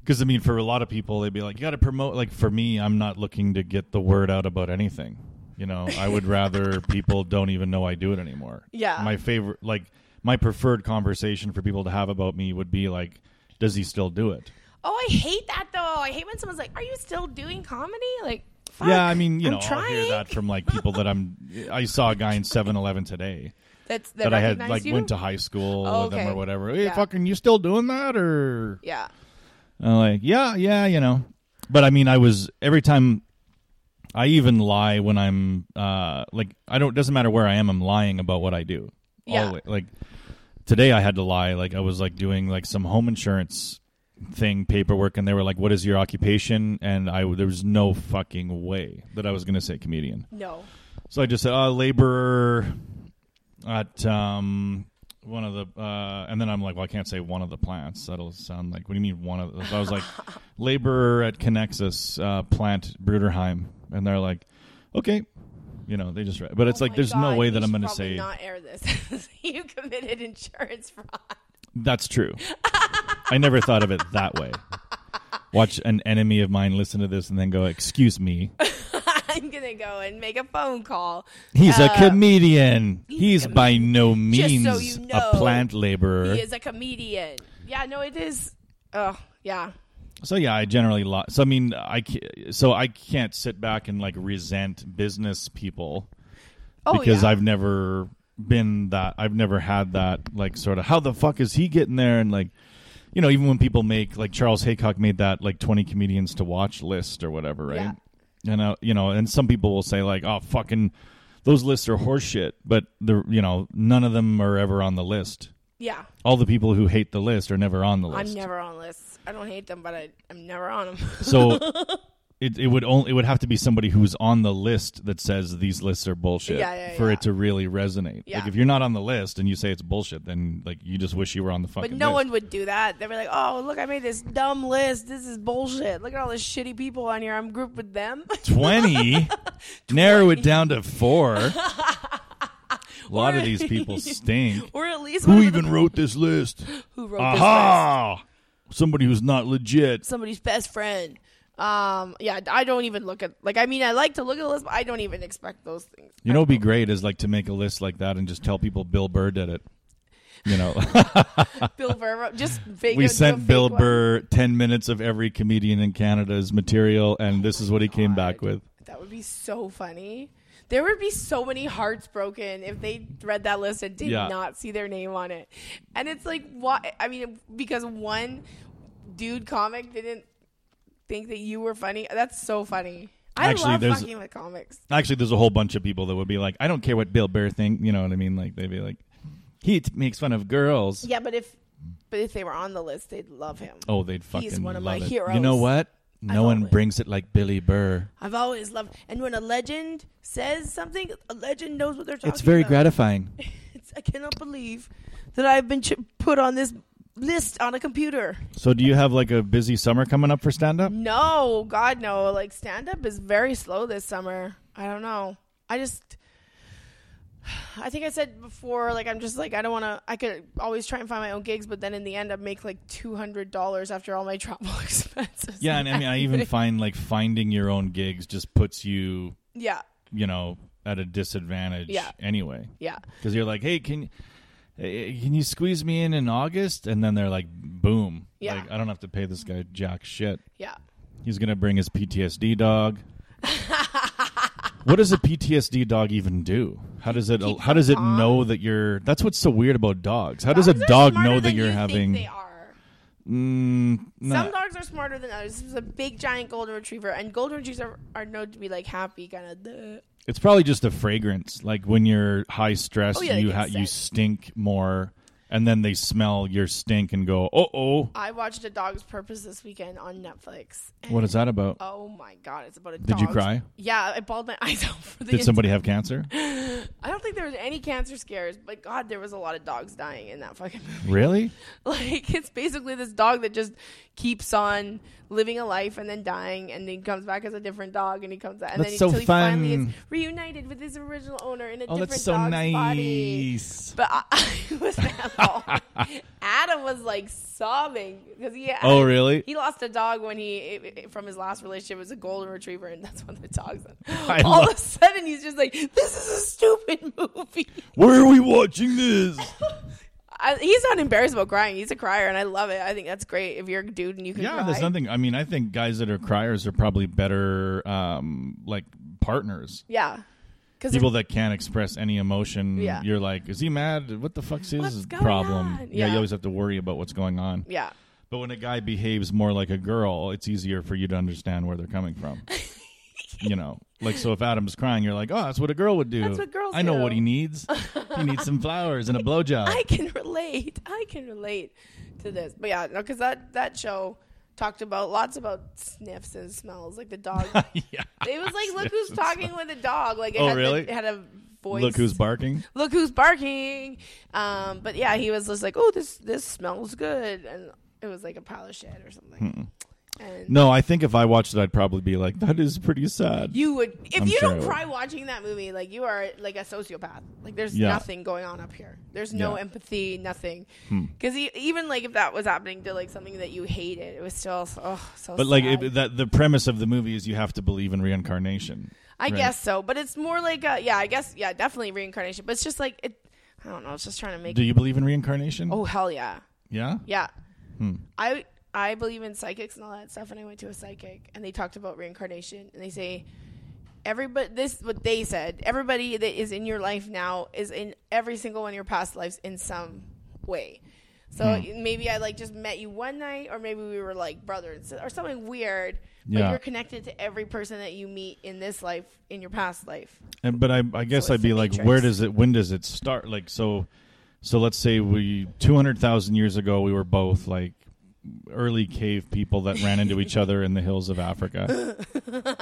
[SPEAKER 2] because i mean for a lot of people they'd be like you got to promote like for me i'm not looking to get the word out about anything you know i would
[SPEAKER 1] (laughs)
[SPEAKER 2] rather people don't even know i do it anymore
[SPEAKER 1] Yeah.
[SPEAKER 2] my favorite like my preferred conversation for people to have about me would be like does he still do it
[SPEAKER 1] Oh, I hate that though. I hate when someone's like, "Are you still doing comedy?" Like, fuck,
[SPEAKER 2] yeah i mean you
[SPEAKER 1] I'm
[SPEAKER 2] know i hear
[SPEAKER 1] trying.
[SPEAKER 2] that from like people that i'm i saw a guy in 7-eleven today
[SPEAKER 1] (laughs) That's that,
[SPEAKER 2] that i had
[SPEAKER 1] recognize
[SPEAKER 2] like
[SPEAKER 1] you?
[SPEAKER 2] went to high school
[SPEAKER 1] Oh,
[SPEAKER 2] with them
[SPEAKER 1] okay.
[SPEAKER 2] or whatever hey
[SPEAKER 1] Yeah.
[SPEAKER 2] fucking you still doing that or
[SPEAKER 1] Yeah,
[SPEAKER 2] And I'm like, yeah, yeah, you know. But I mean, I was every time. I even lie when I'm uh, like I don't. Doesn't matter where I am. I'm lying about what I do.
[SPEAKER 1] Yeah.
[SPEAKER 2] Always. Like today, I had to lie. Like I was like doing like some home insurance thing paperwork, and they were like, "What is your occupation?" And I there was no fucking way that I was going to say comedian.
[SPEAKER 1] no,
[SPEAKER 2] So I just said, uh, laborer at um, one of the, uh, and then I'm like, well, I can't say one of the plants. That'll sound like, what do you mean one of the? So I
[SPEAKER 1] (laughs)
[SPEAKER 2] was like, laborer at Connexus uh, plant Bruderheim. And they're like, okay. You know, they just, read. but it's
[SPEAKER 1] Oh
[SPEAKER 2] like,
[SPEAKER 1] my
[SPEAKER 2] there's no
[SPEAKER 1] God,
[SPEAKER 2] way
[SPEAKER 1] you
[SPEAKER 2] that I'm
[SPEAKER 1] should
[SPEAKER 2] going to
[SPEAKER 1] probably
[SPEAKER 2] say
[SPEAKER 1] Not air this. (laughs) you committed insurance fraud. (laughs)
[SPEAKER 2] that's true. I never thought of it that way. Watch an enemy of mine listen to this and then go, excuse me.
[SPEAKER 1] I'm gonna go and make a phone call.
[SPEAKER 2] He's a
[SPEAKER 1] Uh,
[SPEAKER 2] comedian. He's,
[SPEAKER 1] comedian.
[SPEAKER 2] by no means
[SPEAKER 1] so you know,
[SPEAKER 2] a plant laborer.
[SPEAKER 1] He is a comedian. Yeah, no, it is. Oh, yeah,
[SPEAKER 2] So yeah, I generally lo- so I mean I ca- so I can't sit back and like resent business people
[SPEAKER 1] oh
[SPEAKER 2] because
[SPEAKER 1] yeah.
[SPEAKER 2] I've never been that I've never had that like sort of how the fuck is he getting there and like you know even when people make like Charles Haycock made that like 20 comedians to watch list or whatever right
[SPEAKER 1] Yeah.
[SPEAKER 2] and uh, you know, and some people will say like, "Oh, fucking, those lists are horseshit," but the you know, none of them are ever on the list.
[SPEAKER 1] Yeah,
[SPEAKER 2] All the people who hate the list are never on the list.
[SPEAKER 1] I'm never on lists. I don't hate them, but I, I'm never on (laughs) them.
[SPEAKER 2] So it it would only it would have to be somebody who's on the list that says these lists are bullshit
[SPEAKER 1] Yeah, yeah,
[SPEAKER 2] for
[SPEAKER 1] yeah.
[SPEAKER 2] it to really resonate.
[SPEAKER 1] Yeah.
[SPEAKER 2] Like if you're not on the list and you say it's bullshit, then like you just wish you were on the fucking.
[SPEAKER 1] but no
[SPEAKER 2] list.
[SPEAKER 1] one would do that. They'd be like, "Oh, look, I made this dumb list. This is bullshit. Look at all the shitty people on here. I'm grouped with them." (laughs)
[SPEAKER 2] 20, (laughs) narrow it down to four.
[SPEAKER 1] (laughs)
[SPEAKER 2] A lot of these people stink.
[SPEAKER 1] or at least
[SPEAKER 2] Who
[SPEAKER 1] one of the-
[SPEAKER 2] even Uh-huh. wrote this list?
[SPEAKER 1] who wrote this list?
[SPEAKER 2] Aha! Somebody who's not legit.
[SPEAKER 1] Somebody's best friend. Um, yeah, I don't even look at like. I mean, I like to look at the list, but I don't even expect those things.
[SPEAKER 2] You know, it'd be great is like to make a list like that and just tell people Bill Burr did it. You know, (laughs)
[SPEAKER 1] Bill Burr, just fake.
[SPEAKER 2] we
[SPEAKER 1] it, do a
[SPEAKER 2] sent
[SPEAKER 1] fake
[SPEAKER 2] Bill
[SPEAKER 1] one.
[SPEAKER 2] Burr 10 minutes of every comedian in Canada's material, and this is what he came back with.
[SPEAKER 1] That would be so funny. There would be so many hearts broken if they read that list and did
[SPEAKER 2] Yeah.
[SPEAKER 1] not see their name on it. And it's like, why? I mean, because one dude comic didn't think that you were funny. That's so funny. I
[SPEAKER 2] Actually,
[SPEAKER 1] love
[SPEAKER 2] there's-
[SPEAKER 1] fucking with comics.
[SPEAKER 2] Actually, there's a whole bunch of people that would be like, I don't care what Bill Burr think. You know what I mean? Like, they'd be like, he t- makes fun of girls.
[SPEAKER 1] Yeah, but if but if they were on the list, they'd love him.
[SPEAKER 2] Oh, they'd fucking
[SPEAKER 1] one of
[SPEAKER 2] love
[SPEAKER 1] my
[SPEAKER 2] it.
[SPEAKER 1] heroes.
[SPEAKER 2] You know what? No
[SPEAKER 1] love
[SPEAKER 2] one
[SPEAKER 1] it.
[SPEAKER 2] brings it like Billy Burr.
[SPEAKER 1] I've always loved. And when a legend says something, a legend knows what they're talking.
[SPEAKER 2] It's very
[SPEAKER 1] about. (laughs)
[SPEAKER 2] gratifying.
[SPEAKER 1] It's, I cannot believe that I've been ch- put on this list on a computer.
[SPEAKER 2] So, do you have like a busy summer coming up for stand up?
[SPEAKER 1] No, God, no. Like stand up is very slow this summer. I don't know. I just, I think I said before, like I'm just like I don't want to. I could always try and find my own gigs, but then in the end, I make like two hundred dollars after all my (laughs) travel expenses.
[SPEAKER 2] Yeah, and I mean, I even find like finding your own gigs just puts you,
[SPEAKER 1] yeah,
[SPEAKER 2] you know, at a disadvantage
[SPEAKER 1] Yeah.
[SPEAKER 2] anyway.
[SPEAKER 1] yeah.
[SPEAKER 2] Because you're like, hey, can eh, can you squeeze me in in August? And then they're like, boom.
[SPEAKER 1] Yeah.
[SPEAKER 2] Like, I don't have to pay this guy jack shit.
[SPEAKER 1] Yeah.
[SPEAKER 2] He's going to bring his
[SPEAKER 1] (laughs)
[SPEAKER 2] PTSD dog. what does a PTSD dog even do? How does it
[SPEAKER 1] Keeps
[SPEAKER 2] how does it
[SPEAKER 1] them calm.
[SPEAKER 2] know that you're That's what's so weird about dogs. How does
[SPEAKER 1] Dogs
[SPEAKER 2] a
[SPEAKER 1] are
[SPEAKER 2] dog
[SPEAKER 1] smarter
[SPEAKER 2] know that
[SPEAKER 1] than
[SPEAKER 2] you're
[SPEAKER 1] you think
[SPEAKER 2] having
[SPEAKER 1] They are.
[SPEAKER 2] Mm, nah.
[SPEAKER 1] Some dogs are smarter than others. This is a big giant golden retriever, and golden retrievers are, are known to be like happy, kind of.
[SPEAKER 2] It's probably just the fragrance. Like when you're high stress,
[SPEAKER 1] Oh, yeah,
[SPEAKER 2] you
[SPEAKER 1] they
[SPEAKER 2] ha-
[SPEAKER 1] can
[SPEAKER 2] you stink more and then they smell your stink and go, "Uh-oh."
[SPEAKER 1] I watched A Dog's Purpose this weekend on Netflix. and-
[SPEAKER 2] What is that about?
[SPEAKER 1] Oh my god, it's about a
[SPEAKER 2] Did you cry?
[SPEAKER 1] Yeah, I bawled my (laughs) eyes out for the.
[SPEAKER 2] Did somebody have cancer?
[SPEAKER 1] I don't think there was any cancer scares, but God, there was a lot of dogs dying in that fucking (laughs) movie.
[SPEAKER 2] (laughs) Really?
[SPEAKER 1] Like it's basically this dog that just keeps on living a life and then dying, and then comes back as a different dog, and he comes out, and
[SPEAKER 2] That's
[SPEAKER 1] then
[SPEAKER 2] so
[SPEAKER 1] until he finally
[SPEAKER 2] fun.
[SPEAKER 1] is reunited with his original owner in a
[SPEAKER 2] Oh,
[SPEAKER 1] different
[SPEAKER 2] that's so
[SPEAKER 1] dog's body.
[SPEAKER 2] nice.
[SPEAKER 1] But I, (laughs) I was
[SPEAKER 2] (laughs)
[SPEAKER 1] mad. Adam was like sobbing because he. Had, (laughs)
[SPEAKER 2] Oh, really?
[SPEAKER 1] He lost a dog when he from his last relationship it was a golden retriever, and that's when the dog's.
[SPEAKER 2] (laughs) I
[SPEAKER 1] All
[SPEAKER 2] love-
[SPEAKER 1] of a sudden, he's just like, "This is a stupid movie." (laughs)
[SPEAKER 2] Where are we watching this?
[SPEAKER 1] I, he's not embarrassed about crying. He's a crier, and I love it. I think that's great. If you're a dude and you can
[SPEAKER 2] yeah,
[SPEAKER 1] cry.
[SPEAKER 2] there's nothing. I mean, I think guys that are criers are probably better, um, like partners.
[SPEAKER 1] Yeah, because
[SPEAKER 2] People that can't express any emotion.
[SPEAKER 1] Yeah.
[SPEAKER 2] You're like, is he mad? What the fuck's his
[SPEAKER 1] What's going
[SPEAKER 2] problem?
[SPEAKER 1] on?
[SPEAKER 2] Yeah.
[SPEAKER 1] Yeah.
[SPEAKER 2] you always have to worry about what's going on.
[SPEAKER 1] yeah, (laughs)
[SPEAKER 2] But when a guy behaves more like a girl, it's easier for you to understand where they're
[SPEAKER 1] (laughs)
[SPEAKER 2] coming from. you know, like so if Adam's crying, you're like, oh, that's what a girl would do.
[SPEAKER 1] That's what girls
[SPEAKER 2] I know
[SPEAKER 1] do."
[SPEAKER 2] what he needs. he needs some flowers and a blowjob.
[SPEAKER 1] I can relate. I can relate to this. But yeah, no, because that that show talked about lots about sniffs and smells, like the
[SPEAKER 2] (laughs)
[SPEAKER 1] dog.
[SPEAKER 2] (laughs) yeah.
[SPEAKER 1] It was like, look who's talking with a dog. Like, it
[SPEAKER 2] Oh,
[SPEAKER 1] had the-
[SPEAKER 2] really?
[SPEAKER 1] it had a voice.
[SPEAKER 2] Look who's barking.
[SPEAKER 1] look who's barking. Um, but yeah, he was just like, oh, this this smells good, and it was like a pile of shit or something. And
[SPEAKER 2] Hmm. No, I think if I watched it, I'd probably be like, "That is pretty sad."
[SPEAKER 1] you would if
[SPEAKER 2] I'm
[SPEAKER 1] you
[SPEAKER 2] sure I
[SPEAKER 1] don't
[SPEAKER 2] would.
[SPEAKER 1] cry watching that movie, like you are like a sociopath. Like there's
[SPEAKER 2] Yeah.
[SPEAKER 1] nothing going on up here. There's no
[SPEAKER 2] Yeah. Hmm.
[SPEAKER 1] empathy, nothing. Because even like if that was happening to like something that you hated, it was still oh so.
[SPEAKER 2] but like
[SPEAKER 1] sad.
[SPEAKER 2] it, that, the premise of the movie is you have to believe in reincarnation.
[SPEAKER 1] I
[SPEAKER 2] right?
[SPEAKER 1] guess so, but it's more like a, yeah, I guess yeah, definitely reincarnation. But it's just like it. I don't know. It's just trying to make.
[SPEAKER 2] Do you believe in reincarnation?
[SPEAKER 1] oh hell yeah.
[SPEAKER 2] yeah.
[SPEAKER 1] Yeah.
[SPEAKER 2] Hmm.
[SPEAKER 1] I I believe in psychics and all that stuff, and I went to a psychic, and they talked about reincarnation, and they say everybody this what they said everybody that is in your life now is in every single one of your past lives in some way.
[SPEAKER 2] Hmm.
[SPEAKER 1] So maybe I like just met you one night, or maybe we were like brothers or something weird. But
[SPEAKER 2] Yeah.
[SPEAKER 1] you're connected to every person that you meet in this life, in your past life.
[SPEAKER 2] And but I, I guess
[SPEAKER 1] So
[SPEAKER 2] I'd
[SPEAKER 1] it's
[SPEAKER 2] be
[SPEAKER 1] the
[SPEAKER 2] like,
[SPEAKER 1] matrix.
[SPEAKER 2] where does it? When does it start? Like so, so let's say we two hundred thousand years ago, we were both like early cave people that ran into each other in the hills
[SPEAKER 1] (laughs)
[SPEAKER 2] of Africa.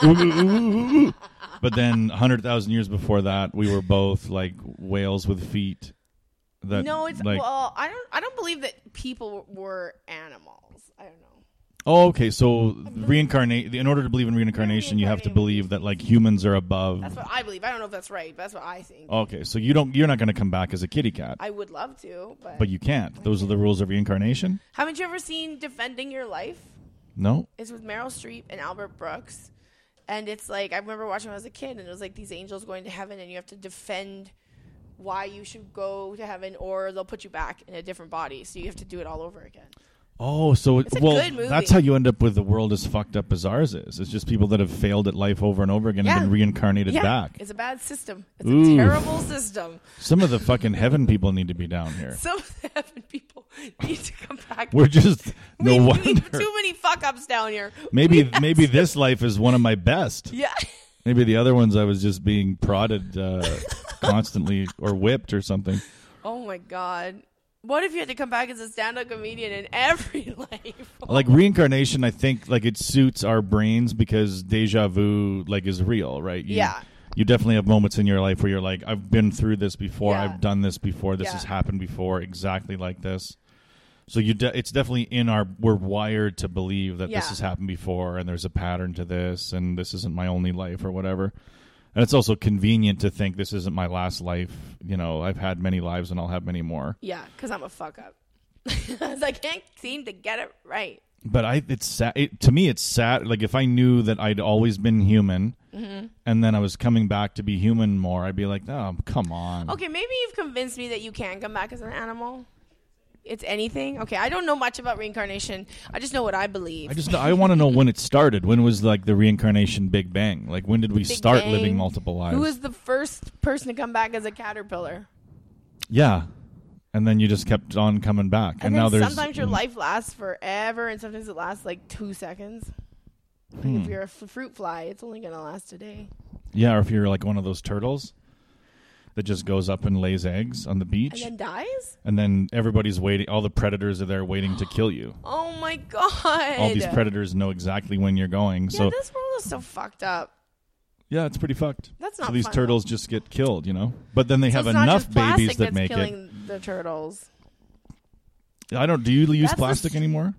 [SPEAKER 2] Ooh, ooh, ooh, ooh, ooh. But then hundred thousand years before that, we were both like whales with feet. That
[SPEAKER 1] no, it's
[SPEAKER 2] Uh, like
[SPEAKER 1] well, I don't, I don't believe that people were animals. I don't know.
[SPEAKER 2] oh okay. So reincarnate. In order to believe in reincarnation, you have to
[SPEAKER 1] Reincarnating.
[SPEAKER 2] believe that like humans are above.
[SPEAKER 1] That's what I believe. I don't know if that's right, but that's what I think.
[SPEAKER 2] Okay, so you don't. You're not going to come back as a kitty cat.
[SPEAKER 1] I would love to, but,
[SPEAKER 2] But you can't. Those are the rules of reincarnation.
[SPEAKER 1] haven't you ever seen Defending Your Life?
[SPEAKER 2] No.
[SPEAKER 1] It's with Meryl Streep and Albert Brooks, and it's like I remember watching when I was a kid, and it was like these angels going to heaven, and you have to defend why you should go to heaven, or they'll put you back in a different body, so you have to do it all over again.
[SPEAKER 2] Oh, so it,
[SPEAKER 1] It's a
[SPEAKER 2] well,
[SPEAKER 1] good movie.
[SPEAKER 2] that's how you end up with the world as fucked up as ours is. It's just people that have failed at life over and over again and
[SPEAKER 1] Yeah.
[SPEAKER 2] been reincarnated
[SPEAKER 1] yeah,
[SPEAKER 2] back.
[SPEAKER 1] it's a bad system. It's
[SPEAKER 2] Ooh.
[SPEAKER 1] a terrible system.
[SPEAKER 2] Some of the fucking heaven people need to be down here.
[SPEAKER 1] Some of the heaven people (laughs) need to come back.
[SPEAKER 2] We're just
[SPEAKER 1] (laughs)
[SPEAKER 2] no
[SPEAKER 1] we, we
[SPEAKER 2] wonder.
[SPEAKER 1] have too many fuck ups down here.
[SPEAKER 2] Maybe maybe this life is one of my best.
[SPEAKER 1] Yeah. (laughs)
[SPEAKER 2] Maybe the other ones I was just being prodded uh, constantly or whipped or something.
[SPEAKER 1] Oh my god. What if you had to come back as a stand-up comedian in every (laughs) life?
[SPEAKER 2] Like reincarnation, I think like it suits our brains because deja vu like is real, right? You-
[SPEAKER 1] Yeah.
[SPEAKER 2] You definitely have moments in your life where you're like, I've been through this before.
[SPEAKER 1] Yeah.
[SPEAKER 2] I've done this before. This
[SPEAKER 1] Yeah.
[SPEAKER 2] has happened before, exactly like this. So you, de- it's definitely in our. We're wired to believe that this
[SPEAKER 1] Yeah.
[SPEAKER 2] has happened before, and there's a pattern to this, and this isn't my only life or whatever. And it's also convenient to think this isn't my last life. You know, I've had many lives, and I'll have many more.
[SPEAKER 1] Yeah, because I'm a fuck up. (laughs) 'Cause I can't seem to get it right.
[SPEAKER 2] but I it's sad it, to me it's sad like if I knew that I'd always been human
[SPEAKER 1] Mm-hmm.
[SPEAKER 2] and then I was coming back to be human more I'd be like oh come on
[SPEAKER 1] Okay, maybe you've convinced me that you can come back as an animal. It's anything. Okay, I don't know much about reincarnation. I just know what I believe.
[SPEAKER 2] I just I want to know when it started when was like the reincarnation big bang like when did we
[SPEAKER 1] Big
[SPEAKER 2] start
[SPEAKER 1] Bang.
[SPEAKER 2] living multiple lives
[SPEAKER 1] Who was the first person to come back as a caterpillar?
[SPEAKER 2] yeah and then you just kept on coming back and,
[SPEAKER 1] And,
[SPEAKER 2] now
[SPEAKER 1] then
[SPEAKER 2] there's Hmm.
[SPEAKER 1] sometimes your life lasts forever, and sometimes it lasts like two seconds. Like
[SPEAKER 2] Hmm.
[SPEAKER 1] if you're a f- fruit fly, it's only gonna last a day.
[SPEAKER 2] yeah or if you're like one of those turtles that just goes up and lays eggs on the
[SPEAKER 1] and
[SPEAKER 2] beach
[SPEAKER 1] then dies.
[SPEAKER 2] and then everybody's waiting all the predators are there waiting to kill you
[SPEAKER 1] Oh my god!
[SPEAKER 2] all these predators know exactly when you're going
[SPEAKER 1] Yeah,
[SPEAKER 2] so
[SPEAKER 1] this world is so fucked up.
[SPEAKER 2] Yeah, it's pretty fucked.
[SPEAKER 1] That's
[SPEAKER 2] so
[SPEAKER 1] not
[SPEAKER 2] these
[SPEAKER 1] fun,
[SPEAKER 2] turtles just get killed, you know. But then they
[SPEAKER 1] So
[SPEAKER 2] have
[SPEAKER 1] it's not
[SPEAKER 2] enough
[SPEAKER 1] just plastic
[SPEAKER 2] babies that
[SPEAKER 1] that's
[SPEAKER 2] make it.
[SPEAKER 1] killing the turtles.
[SPEAKER 2] I don't. Do you use
[SPEAKER 1] That's the
[SPEAKER 2] plastic
[SPEAKER 1] s-
[SPEAKER 2] anymore?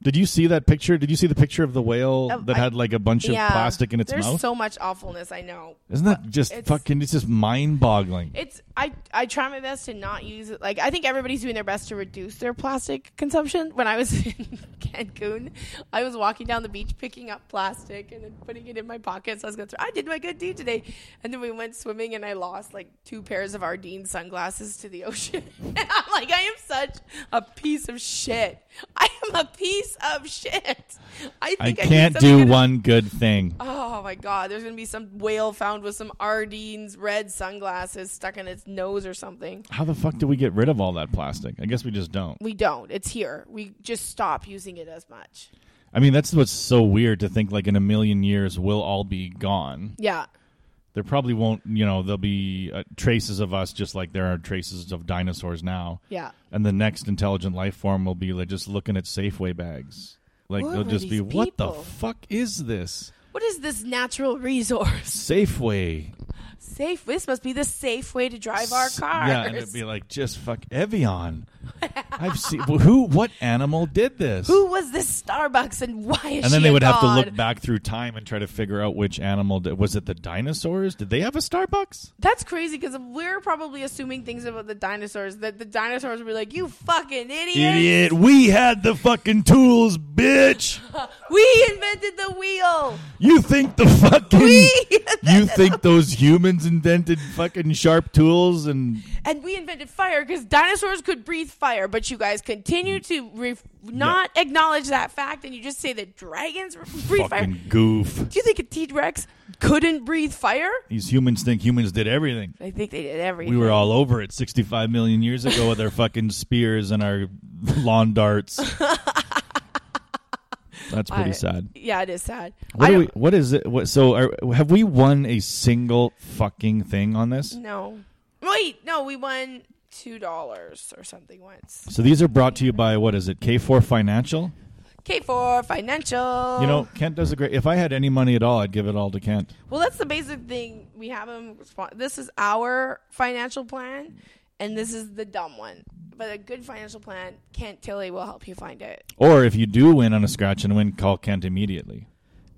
[SPEAKER 2] Did you see that picture? Did you see the picture of the whale
[SPEAKER 1] Um,
[SPEAKER 2] that
[SPEAKER 1] I-
[SPEAKER 2] had like a bunch of plastic in its
[SPEAKER 1] there's
[SPEAKER 2] mouth?
[SPEAKER 1] so much awfulness. I know.
[SPEAKER 2] Isn't that just
[SPEAKER 1] it's-
[SPEAKER 2] fucking? It's just mind-boggling.
[SPEAKER 1] It's I I try my best to not use it. Like I think everybody's doing their best to reduce their plastic consumption. When I was (laughs) in Cancun, I was walking down the beach picking up plastic and then putting it in my pockets. I was going through. I did my good deed today, and then we went swimming and I lost like two pairs of Ardeen sunglasses to the (laughs) ocean. and I'm like, I am such a piece of shit. I am a piece of shit. I
[SPEAKER 2] I
[SPEAKER 1] think I, did
[SPEAKER 2] can't
[SPEAKER 1] something
[SPEAKER 2] do
[SPEAKER 1] good-
[SPEAKER 2] one good thing.
[SPEAKER 1] Oh my god, there's gonna be some whale found with some Ardennes red sunglasses stuck in its nose or something.
[SPEAKER 2] How the fuck do we get rid of all that plastic? I guess we just don't.
[SPEAKER 1] We don't. It's here. We just stop using it as much.
[SPEAKER 2] I mean, that's what's so weird to think. Like in a million years, we'll all be gone.
[SPEAKER 1] Yeah.
[SPEAKER 2] There probably won't. You know, there'll be uh, traces of us, just like there are traces of dinosaurs now.
[SPEAKER 1] Yeah.
[SPEAKER 2] and the next intelligent life form will be like just looking at Safeway bags. Like
[SPEAKER 1] What
[SPEAKER 2] they'll
[SPEAKER 1] were
[SPEAKER 2] just be,
[SPEAKER 1] these
[SPEAKER 2] what the
[SPEAKER 1] people?"
[SPEAKER 2] fuck is this
[SPEAKER 1] What is this natural resource? (laughs)
[SPEAKER 2] Safeway?
[SPEAKER 1] Safe. This must be the safe way to drive our cars.
[SPEAKER 2] Yeah, and it'd be like just fuck Evian. I've seen who, what animal did
[SPEAKER 1] (laughs)
[SPEAKER 2] this?
[SPEAKER 1] Who was this Starbucks and why is
[SPEAKER 2] And then they would have to look
[SPEAKER 1] back.
[SPEAKER 2] back through time and try to figure out which animal did, was it. The dinosaurs? Did they have a Starbucks?
[SPEAKER 1] That's crazy because we're probably assuming things about the dinosaurs that the dinosaurs were like, "You fucking idiot!
[SPEAKER 2] Idiot! We had the fucking tools, bitch.
[SPEAKER 1] We invented the
[SPEAKER 2] (laughs)
[SPEAKER 1] wheel.
[SPEAKER 2] You think the
[SPEAKER 1] (laughs)
[SPEAKER 2] fucking
[SPEAKER 1] We
[SPEAKER 2] you think those humans invented fucking sharp tools and
[SPEAKER 1] and we invented fire because dinosaurs could breathe fire, but you guys continue
[SPEAKER 2] Mm.
[SPEAKER 1] to re- not acknowledge that fact, and you just say that dragons re- breathe fire.
[SPEAKER 2] fucking goof.
[SPEAKER 1] Do you think a T Rex couldn't breathe fire?
[SPEAKER 2] These humans think humans did everything.
[SPEAKER 1] I think they did everything.
[SPEAKER 2] We were all over it 65 million years ago (laughs) with our fucking spears and our lawn darts. That's pretty
[SPEAKER 1] I-
[SPEAKER 2] sad.
[SPEAKER 1] Yeah, it is sad.
[SPEAKER 2] What
[SPEAKER 1] I
[SPEAKER 2] do we?
[SPEAKER 1] don't-
[SPEAKER 2] What is it? What, so are, have we won a single fucking thing on this?
[SPEAKER 1] No. Wait, no, we won two dollars or something once.
[SPEAKER 2] So these are brought to you by what is it? K4 Financial.
[SPEAKER 1] K four financial.
[SPEAKER 2] You know,
[SPEAKER 1] Oh.
[SPEAKER 2] Kent does a great. If I had any money at all, I'd give it all to Kent.
[SPEAKER 1] Well, that's the basic thing. We have them. respon- This is our financial plan, and this is the dumb one. But a good financial plan, Kent Tilly will help you find it. (laughs)
[SPEAKER 2] Or if you do win on a scratch and win, call Kent immediately.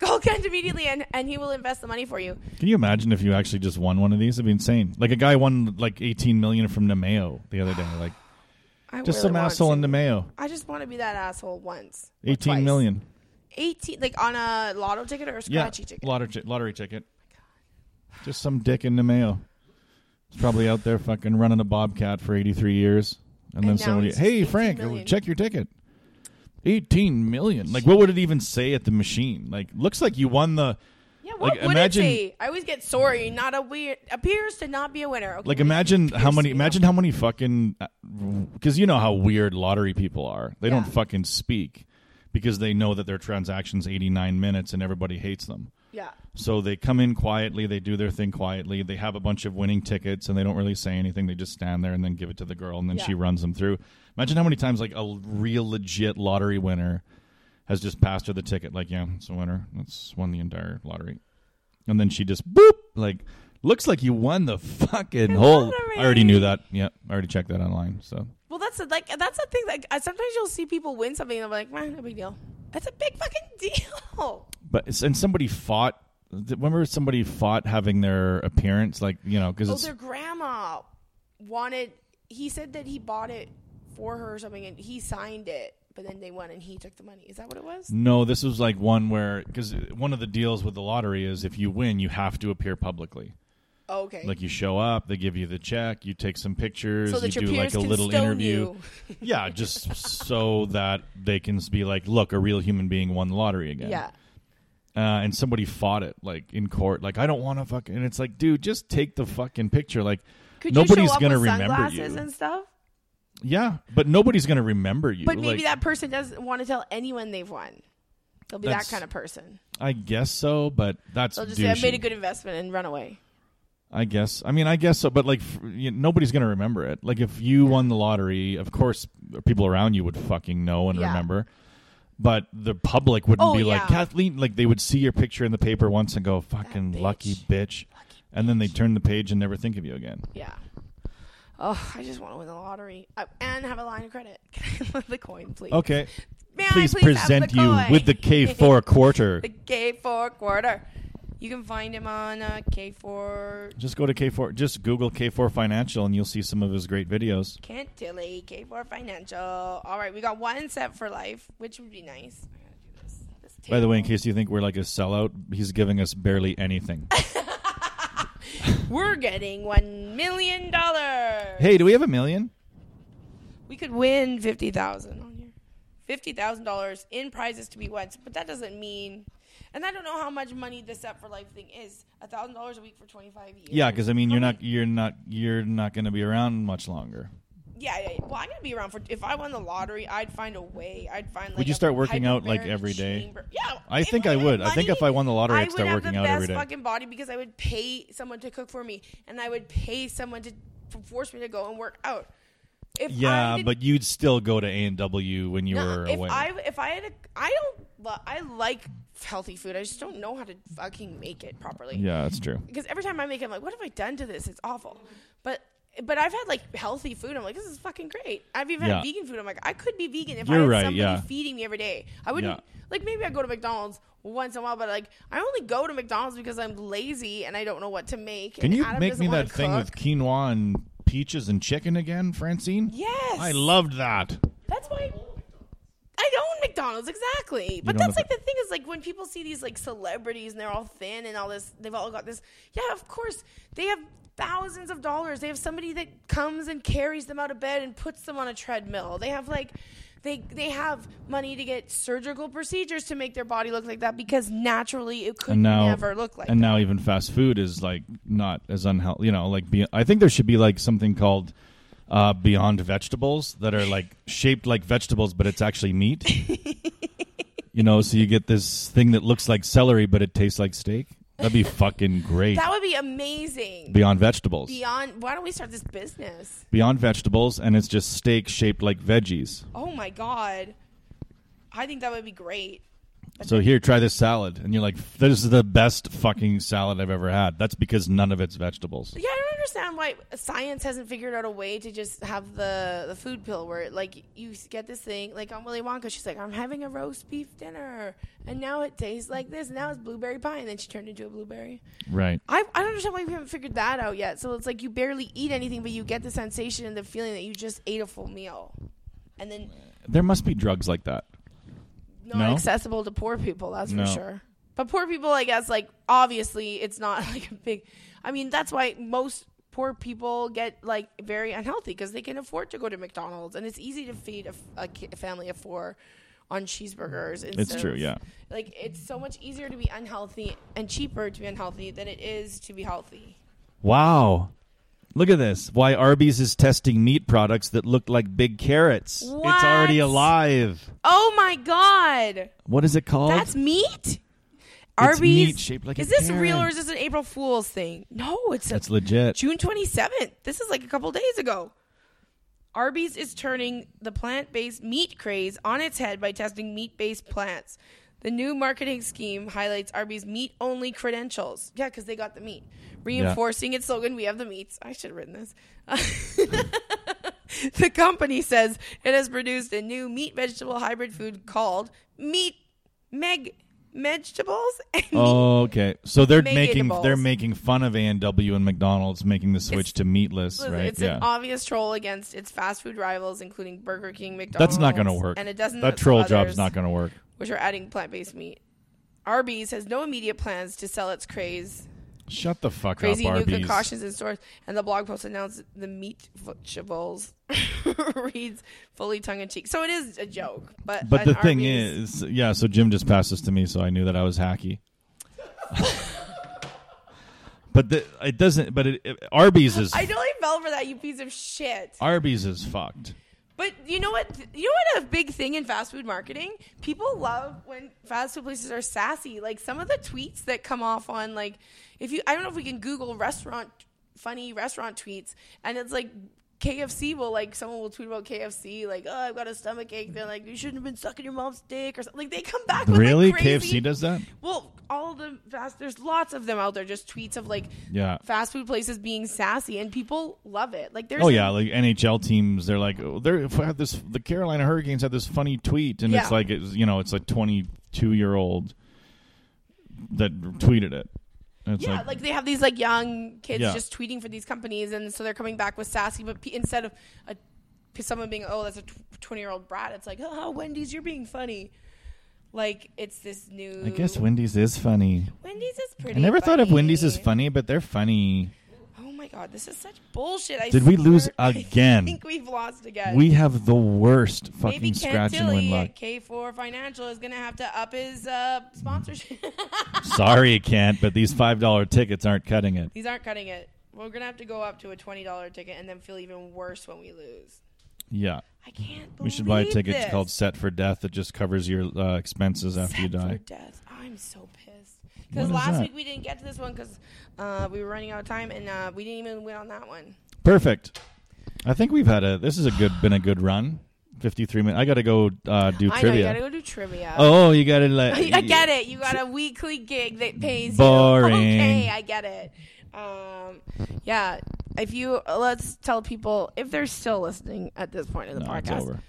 [SPEAKER 1] Call Kent immediately, and, and he will invest the money for you.
[SPEAKER 2] Can you imagine if you actually just won one of these? It'd be insane. Like a guy won like 18 million from Nemeo the other day.
[SPEAKER 1] (sighs)
[SPEAKER 2] Like
[SPEAKER 1] I
[SPEAKER 2] just
[SPEAKER 1] really
[SPEAKER 2] some
[SPEAKER 1] want
[SPEAKER 2] asshole
[SPEAKER 1] to.
[SPEAKER 2] in Nemeo.
[SPEAKER 1] I just want to be that asshole once. or
[SPEAKER 2] 18
[SPEAKER 1] twice.
[SPEAKER 2] million.
[SPEAKER 1] 18, like on a lotto ticket or a
[SPEAKER 2] Yeah.
[SPEAKER 1] scratchy ticket.
[SPEAKER 2] Lottery, chi- lottery ticket.
[SPEAKER 1] Oh
[SPEAKER 2] Just some dick in Nemeo. It's probably out there fucking running a Bobcat for 83 years. And, then
[SPEAKER 1] And now
[SPEAKER 2] somebody,
[SPEAKER 1] it's
[SPEAKER 2] hey,
[SPEAKER 1] 18
[SPEAKER 2] Frank, uh,
[SPEAKER 1] million.
[SPEAKER 2] check your ticket. 18 million. Like, what would it even say at the machine? Like, looks like you won the.
[SPEAKER 1] yeah, what
[SPEAKER 2] like,
[SPEAKER 1] would
[SPEAKER 2] imagine-
[SPEAKER 1] it be? I always get sorry, not a weird appears to not be a winner. Okay,
[SPEAKER 2] Like
[SPEAKER 1] we-
[SPEAKER 2] imagine how
[SPEAKER 1] to
[SPEAKER 2] many
[SPEAKER 1] me,
[SPEAKER 2] imagine how many fucking because you know how weird lottery people are. They don't
[SPEAKER 1] Yeah.
[SPEAKER 2] fucking speak because they know that their transactions 89 minutes and everybody hates them.
[SPEAKER 1] yeah.
[SPEAKER 2] So they come in quietly, they do their thing quietly. They have a bunch of winning tickets and they don't really say anything. They just stand there and then give it to the girl and then she
[SPEAKER 1] Yeah.
[SPEAKER 2] runs them through. Imagine how many times like a real legit lottery winner has just passed her the ticket like, yeah, it's a winner. That's won the entire lottery. And then she just boop like looks like you won the fucking
[SPEAKER 1] The
[SPEAKER 2] whole
[SPEAKER 1] lottery.
[SPEAKER 2] I already knew that. Yep, I already checked that online. So
[SPEAKER 1] Well, that's a, like that's the thing. Like I- sometimes you'll see people win something and they're like, man, no big deal. That's a big fucking (laughs) deal. Oh,
[SPEAKER 2] but and somebody fought remember somebody fought having their appearance like you know because
[SPEAKER 1] Oh,
[SPEAKER 2] it's
[SPEAKER 1] their grandma wanted. He said that he bought it for her or something, and he signed it. But then they won, and he took the money. Is that what it was?
[SPEAKER 2] No, this was like one where because one of the deals with the lottery is if you win, you have to appear publicly.
[SPEAKER 1] Oh, okay.
[SPEAKER 2] Like you show up, they give you the check, you take some pictures,
[SPEAKER 1] so that
[SPEAKER 2] you
[SPEAKER 1] your
[SPEAKER 2] do like
[SPEAKER 1] peers
[SPEAKER 2] a
[SPEAKER 1] can
[SPEAKER 2] little
[SPEAKER 1] stone
[SPEAKER 2] interview.
[SPEAKER 1] you.
[SPEAKER 2] yeah, just so that they can be like, look, a real human being won the lottery again.
[SPEAKER 1] Yeah.
[SPEAKER 2] Uh, and somebody fought it like in court, like I don't want to fucking. And it's like, dude, just take the fucking picture. Like
[SPEAKER 1] Could you
[SPEAKER 2] nobody's
[SPEAKER 1] show up
[SPEAKER 2] gonna
[SPEAKER 1] with
[SPEAKER 2] remember you.
[SPEAKER 1] sunglasses and stuff?
[SPEAKER 2] yeah, but nobody's gonna remember you.
[SPEAKER 1] But maybe
[SPEAKER 2] Like,
[SPEAKER 1] that person doesn't want to tell anyone they've won. They'll be that
[SPEAKER 2] That's-
[SPEAKER 1] kind of person.
[SPEAKER 2] I guess so, but that's
[SPEAKER 1] They'll just say, "I made a
[SPEAKER 2] douchey."
[SPEAKER 1] good investment" and run away.
[SPEAKER 2] I guess. I mean, I guess so, but like, f- you nobody's gonna remember it. Like, if you won the lottery, of course, people around you would fucking know and
[SPEAKER 1] Yeah.
[SPEAKER 2] remember. But the public wouldn't
[SPEAKER 1] Oh,
[SPEAKER 2] be like
[SPEAKER 1] yeah.
[SPEAKER 2] Kathleen. Like, they would see your picture in the paper once and go, "Fucking
[SPEAKER 1] bitch.
[SPEAKER 2] lucky bitch," and then they turn the page and never think of you again.
[SPEAKER 1] Yeah. Oh, I just want to win the lottery uh, and have a line of credit. (laughs) Can I have the coin, please?
[SPEAKER 2] Okay,
[SPEAKER 1] May I
[SPEAKER 2] please,
[SPEAKER 1] have
[SPEAKER 2] present
[SPEAKER 1] the
[SPEAKER 2] you
[SPEAKER 1] coin?
[SPEAKER 2] with
[SPEAKER 1] (laughs)
[SPEAKER 2] the K four quarter.
[SPEAKER 1] the K four quarter. You can find him on uh, K four
[SPEAKER 2] Just go to K four. Just Google K four Financial, and you'll see some of his great videos.
[SPEAKER 1] Kent Tilly K four Financial. All right, we got one set for life, which would be nice. I gotta do this. This
[SPEAKER 2] By the way, in
[SPEAKER 1] table.
[SPEAKER 2] case you think we're like a sellout, he's giving us
[SPEAKER 1] (laughs)
[SPEAKER 2] barely anything.
[SPEAKER 1] we're getting one million dollars.
[SPEAKER 2] hey, do we have a million?
[SPEAKER 1] We could win fifty thousand on here. Fifty thousand dollars in prizes to be won, but that doesn't mean. And I don't know how much money this up for life thing is. A thousand dollars a week for twenty five years.
[SPEAKER 2] Yeah, because I mean,
[SPEAKER 1] How
[SPEAKER 2] you're
[SPEAKER 1] many-
[SPEAKER 2] not you're not you're not going to be around much longer.
[SPEAKER 1] Yeah, yeah, yeah. Well, I'm gonna be around for. If I won the lottery, I'd find a way. I'd find. Like,
[SPEAKER 2] Would you
[SPEAKER 1] a
[SPEAKER 2] start working out, like,
[SPEAKER 1] hyperbaric
[SPEAKER 2] every day?
[SPEAKER 1] chamber. Yeah,
[SPEAKER 2] I
[SPEAKER 1] if
[SPEAKER 2] think I
[SPEAKER 1] had
[SPEAKER 2] would. I think
[SPEAKER 1] money,
[SPEAKER 2] if I won the lottery, I'd
[SPEAKER 1] would
[SPEAKER 2] start
[SPEAKER 1] have
[SPEAKER 2] working
[SPEAKER 1] the
[SPEAKER 2] out
[SPEAKER 1] best
[SPEAKER 2] every day.
[SPEAKER 1] Fucking body, because I would pay someone to cook for me, and I would pay someone to f- force me to go and work out. If I
[SPEAKER 2] Yeah,
[SPEAKER 1] did-
[SPEAKER 2] but you'd still go to A and W when you
[SPEAKER 1] Nah,
[SPEAKER 2] were
[SPEAKER 1] if
[SPEAKER 2] away.
[SPEAKER 1] I if I had a I don't lo- I like healthy food. I just don't know how to fucking make it properly.
[SPEAKER 2] yeah, that's true.
[SPEAKER 1] Because every time I make it, I'm like, what have I done to this? It's awful. But but I've had like healthy food. I'm like, this is fucking great. I've even had
[SPEAKER 2] Yeah.
[SPEAKER 1] vegan food. I'm like, I could be vegan if I
[SPEAKER 2] You're
[SPEAKER 1] had
[SPEAKER 2] right,
[SPEAKER 1] somebody
[SPEAKER 2] yeah.
[SPEAKER 1] feeding me every day. I wouldn't
[SPEAKER 2] Yeah.
[SPEAKER 1] like maybe I go to McDonald's once in a while, but like I only go to McDonald's because I'm lazy and I don't know what to make.
[SPEAKER 2] Can
[SPEAKER 1] and
[SPEAKER 2] you
[SPEAKER 1] Adam
[SPEAKER 2] make
[SPEAKER 1] doesn't
[SPEAKER 2] me
[SPEAKER 1] wanna
[SPEAKER 2] that thing with
[SPEAKER 1] cook.
[SPEAKER 2] quinoa and peaches and chicken again, Francine?
[SPEAKER 1] Yes,
[SPEAKER 2] I loved that.
[SPEAKER 1] That's why I own McDonald's exactly. But
[SPEAKER 2] don't
[SPEAKER 1] that's
[SPEAKER 2] have
[SPEAKER 1] like the thing is like when people see these like celebrities and they're all thin and all this, they've all got this. Yeah, of course they have thousands of dollars. They have somebody that comes and carries them out of bed and puts them on a treadmill. They have like. They, they have money to get surgical procedures to make their body look like that because naturally it could
[SPEAKER 2] And now
[SPEAKER 1] never look like
[SPEAKER 2] and now even fast food is like not as unhealthy. You know, like be, I think there should be like something called
[SPEAKER 1] (laughs)
[SPEAKER 2] uh, Beyond Vegetables that are like shaped like vegetables, but it's actually meat. You know, so you get this thing that looks like celery, but it tastes like steak. That'd be fucking great.
[SPEAKER 1] That would be amazing.
[SPEAKER 2] Beyond vegetables.
[SPEAKER 1] Beyond, why don't we start this business?
[SPEAKER 2] Beyond vegetables, and it's just steak shaped like veggies.
[SPEAKER 1] Oh my god, I think that would be great.
[SPEAKER 2] So here, try this salad, and you're like, "This is the best fucking salad I've ever had." That's because none of it's vegetables.
[SPEAKER 1] Yeah, I don't understand why science hasn't figured out a way to just have the the food pill where like you get this thing like on Willy Wonka. She's like, I'm having a roast beef dinner, and now it tastes like this. And now it's blueberry pie, and then she turned into a blueberry.
[SPEAKER 2] Right.
[SPEAKER 1] I I don't understand why we haven't figured that out yet. So it's like you barely eat anything, but you get the sensation and the feeling that you just ate a full meal, and then
[SPEAKER 2] There must be drugs like that.
[SPEAKER 1] not
[SPEAKER 2] No?
[SPEAKER 1] accessible to poor people. That's
[SPEAKER 2] No.
[SPEAKER 1] for sure. But poor people, I guess, like obviously, it's not (laughs) like a big. I mean, that's why most poor people get like very unhealthy because they can afford to go to McDonald's, and it's easy to feed a, f- a ki- a family of four on cheeseburgers. Instead
[SPEAKER 2] It's true,
[SPEAKER 1] of-
[SPEAKER 2] yeah.
[SPEAKER 1] Like it's so much easier to be unhealthy and cheaper to be unhealthy than it is to be healthy.
[SPEAKER 2] Wow. Look at this. Why Arby's is testing meat products that look like big carrots. It's
[SPEAKER 1] What?
[SPEAKER 2] already alive.
[SPEAKER 1] Oh my god,
[SPEAKER 2] What is it called?
[SPEAKER 1] that's meat. Arby's
[SPEAKER 2] meat shaped like a
[SPEAKER 1] is this real
[SPEAKER 2] carrot.
[SPEAKER 1] or is this an April Fool's thing? No, it's a
[SPEAKER 2] That's legit.
[SPEAKER 1] June 27th. This is like a couple days ago. Arby's is turning the plant based meat craze on its head by testing meat based plants. The new marketing scheme highlights Arby's meat only credentials. Yeah, because they got the meat. Reinforcing its slogan, We have the meats. I should have written this. (laughs) the company says it has produced a new meat vegetable hybrid food called Meat Meg Vegetables and
[SPEAKER 2] Oh, okay. So they're
[SPEAKER 1] Made
[SPEAKER 2] making
[SPEAKER 1] eatables.
[SPEAKER 2] they're making fun of A and W and McDonald's making the switch to meatless,
[SPEAKER 1] Listen,
[SPEAKER 2] right?
[SPEAKER 1] It's
[SPEAKER 2] yeah.
[SPEAKER 1] an obvious troll against its fast food rivals, including Burger King, McDonald's.
[SPEAKER 2] That's not going to work.
[SPEAKER 1] And it doesn't.
[SPEAKER 2] That troll job's not going to work.
[SPEAKER 1] Which are adding plant-based meat. Arby's has no immediate plans to sell its craze,
[SPEAKER 2] Shut the fuck
[SPEAKER 1] crazy
[SPEAKER 2] up,
[SPEAKER 1] new
[SPEAKER 2] Arby's.
[SPEAKER 1] concoctions in stores. And the blog post announced the meat vegetables (laughs) reads fully tongue-in-cheek. So it is a joke, but
[SPEAKER 2] But
[SPEAKER 1] an
[SPEAKER 2] the thing
[SPEAKER 1] Arby's-
[SPEAKER 2] is, yeah. So Jim just passed this to me, so I knew that I
[SPEAKER 1] (laughs)
[SPEAKER 2] was hacky. but the, it doesn't. But it, it- Arby's is
[SPEAKER 1] I really fell for that, you piece of shit.
[SPEAKER 2] Arby's is fucked.
[SPEAKER 1] But you know what? You know what? A big thing in fast food marketing, people love when fast food places are sassy. Like some of the tweets that come off on like, if you, I don't know if we can Google restaurant funny restaurant tweets, and it's like KFC will like someone will tweet about KFC like, oh, I've got a stomach ache. They're like, you shouldn't have been sucking your mom's dick or something. Like they come back with
[SPEAKER 2] Really,
[SPEAKER 1] like, crazy,
[SPEAKER 2] KFC does that?
[SPEAKER 1] Well, all the fast there's lots of them out there. Just tweets of like
[SPEAKER 2] Yeah.
[SPEAKER 1] fast food places being sassy, and people love it. Like there's
[SPEAKER 2] Oh yeah, like NHL teams, they're like oh, they're if I had this. The Carolina Hurricanes had this funny tweet, and
[SPEAKER 1] Yeah.
[SPEAKER 2] it's like it's you know it's like twenty two year old that tweeted it. And it's
[SPEAKER 1] Yeah, like,
[SPEAKER 2] like,
[SPEAKER 1] they have these like young kids
[SPEAKER 2] Yeah.
[SPEAKER 1] just tweeting for these companies, and so they're coming back with sassy. But p- instead of a, someone being oh that's a twenty year old brat, it's like oh Wendy's you're being funny. Like it's this new.
[SPEAKER 2] I guess Wendy's is funny.
[SPEAKER 1] Wendy's is
[SPEAKER 2] I
[SPEAKER 1] pretty.
[SPEAKER 2] never thought of Wendy's as
[SPEAKER 1] funny.
[SPEAKER 2] funny, but they're funny.
[SPEAKER 1] Oh my god, this is such bullshit. I
[SPEAKER 2] Did we lose
[SPEAKER 1] swear- (laughs) I
[SPEAKER 2] again?
[SPEAKER 1] think we've lost again.
[SPEAKER 2] We have the worst fucking
[SPEAKER 1] Maybe Ken
[SPEAKER 2] scratch and win
[SPEAKER 1] Tilly
[SPEAKER 2] luck.
[SPEAKER 1] at K4 Financial is going to have to up his uh, sponsorship. (laughs)
[SPEAKER 2] Sorry, Kent, but these five dollar tickets aren't cutting it.
[SPEAKER 1] These aren't cutting it. We're going to have to go up to a $20 ticket and then feel even worse when we lose.
[SPEAKER 2] Yeah,
[SPEAKER 1] I can't believe
[SPEAKER 2] we should buy tickets
[SPEAKER 1] this.
[SPEAKER 2] called Set for Death that just covers your uh, expenses after you
[SPEAKER 1] Set for
[SPEAKER 2] die.
[SPEAKER 1] Death. I'm so pissed.
[SPEAKER 2] What
[SPEAKER 1] Because
[SPEAKER 2] is
[SPEAKER 1] last
[SPEAKER 2] that?
[SPEAKER 1] week we didn't get to this one because uh, we were running out of time and uh, we didn't even win on that one.
[SPEAKER 2] Perfect. I think we've had a. This is a good been a good run. Fifty three minutes. I got to go
[SPEAKER 1] I
[SPEAKER 2] uh, do
[SPEAKER 1] know you
[SPEAKER 2] trivia.
[SPEAKER 1] gotta go do trivia.
[SPEAKER 2] oh, you got to
[SPEAKER 1] (laughs)
[SPEAKER 2] let.
[SPEAKER 1] I, I get it. You got a weekly gig that pays
[SPEAKER 2] Boring.
[SPEAKER 1] you. Okay, I get it. Um, yeah. If you uh, let's tell people if they're still listening at this point in the
[SPEAKER 2] No, it's
[SPEAKER 1] podcast,
[SPEAKER 2] over.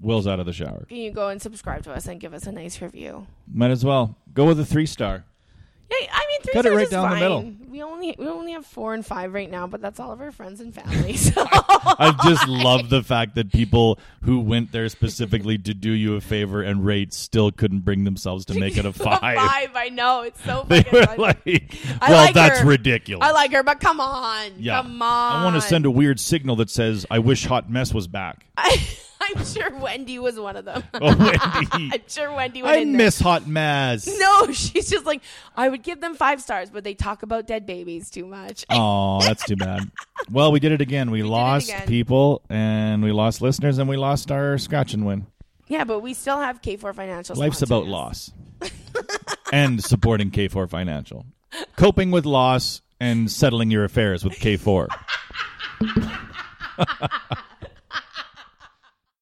[SPEAKER 2] Will's out of the shower.
[SPEAKER 1] can you go and subscribe to us and give us a nice review?
[SPEAKER 2] Might as well go with a three star.
[SPEAKER 1] Yeah, I mean, three
[SPEAKER 2] Cut it
[SPEAKER 1] stars
[SPEAKER 2] right
[SPEAKER 1] is
[SPEAKER 2] down the
[SPEAKER 1] fine.
[SPEAKER 2] middle.
[SPEAKER 1] We only we only have four and five right now, but that's all of our friends and family. (laughs) So
[SPEAKER 2] I
[SPEAKER 1] (laughs)
[SPEAKER 2] just love the fact that people who went there specifically to do you a favor and rate still couldn't bring themselves to make it
[SPEAKER 1] (laughs)
[SPEAKER 2] a (laughs) five. (laughs)
[SPEAKER 1] I know it's so.
[SPEAKER 2] They
[SPEAKER 1] Oh fucking
[SPEAKER 2] were
[SPEAKER 1] funny.
[SPEAKER 2] like,
[SPEAKER 1] I
[SPEAKER 2] "Well,
[SPEAKER 1] like
[SPEAKER 2] that's
[SPEAKER 1] her.
[SPEAKER 2] ridiculous."
[SPEAKER 1] I like her, but come on,
[SPEAKER 2] yeah.
[SPEAKER 1] come on.
[SPEAKER 2] I want to send a weird signal that says, "I wish Hot Mess was back." (laughs)
[SPEAKER 1] I, (laughs) I'm sure Wendy was one of them.
[SPEAKER 2] Oh, Wendy.
[SPEAKER 1] (laughs) I'm sure Wendy. Went
[SPEAKER 2] I
[SPEAKER 1] in
[SPEAKER 2] miss
[SPEAKER 1] (laughs)
[SPEAKER 2] Hot Mess.
[SPEAKER 1] There. No, she's just like I would give them five stars, but they talk about dead babies too much.
[SPEAKER 2] Oh, that's too bad. Well, we did it again. We,
[SPEAKER 1] it
[SPEAKER 2] lost
[SPEAKER 1] again.
[SPEAKER 2] people and we lost listeners and we lost our scratch and win.
[SPEAKER 1] Yeah, but we still have K4 Financial.
[SPEAKER 2] Life's
[SPEAKER 1] sponsoring
[SPEAKER 2] about
[SPEAKER 1] us.
[SPEAKER 2] loss and supporting K4 Financial, coping with loss and settling your affairs with K4.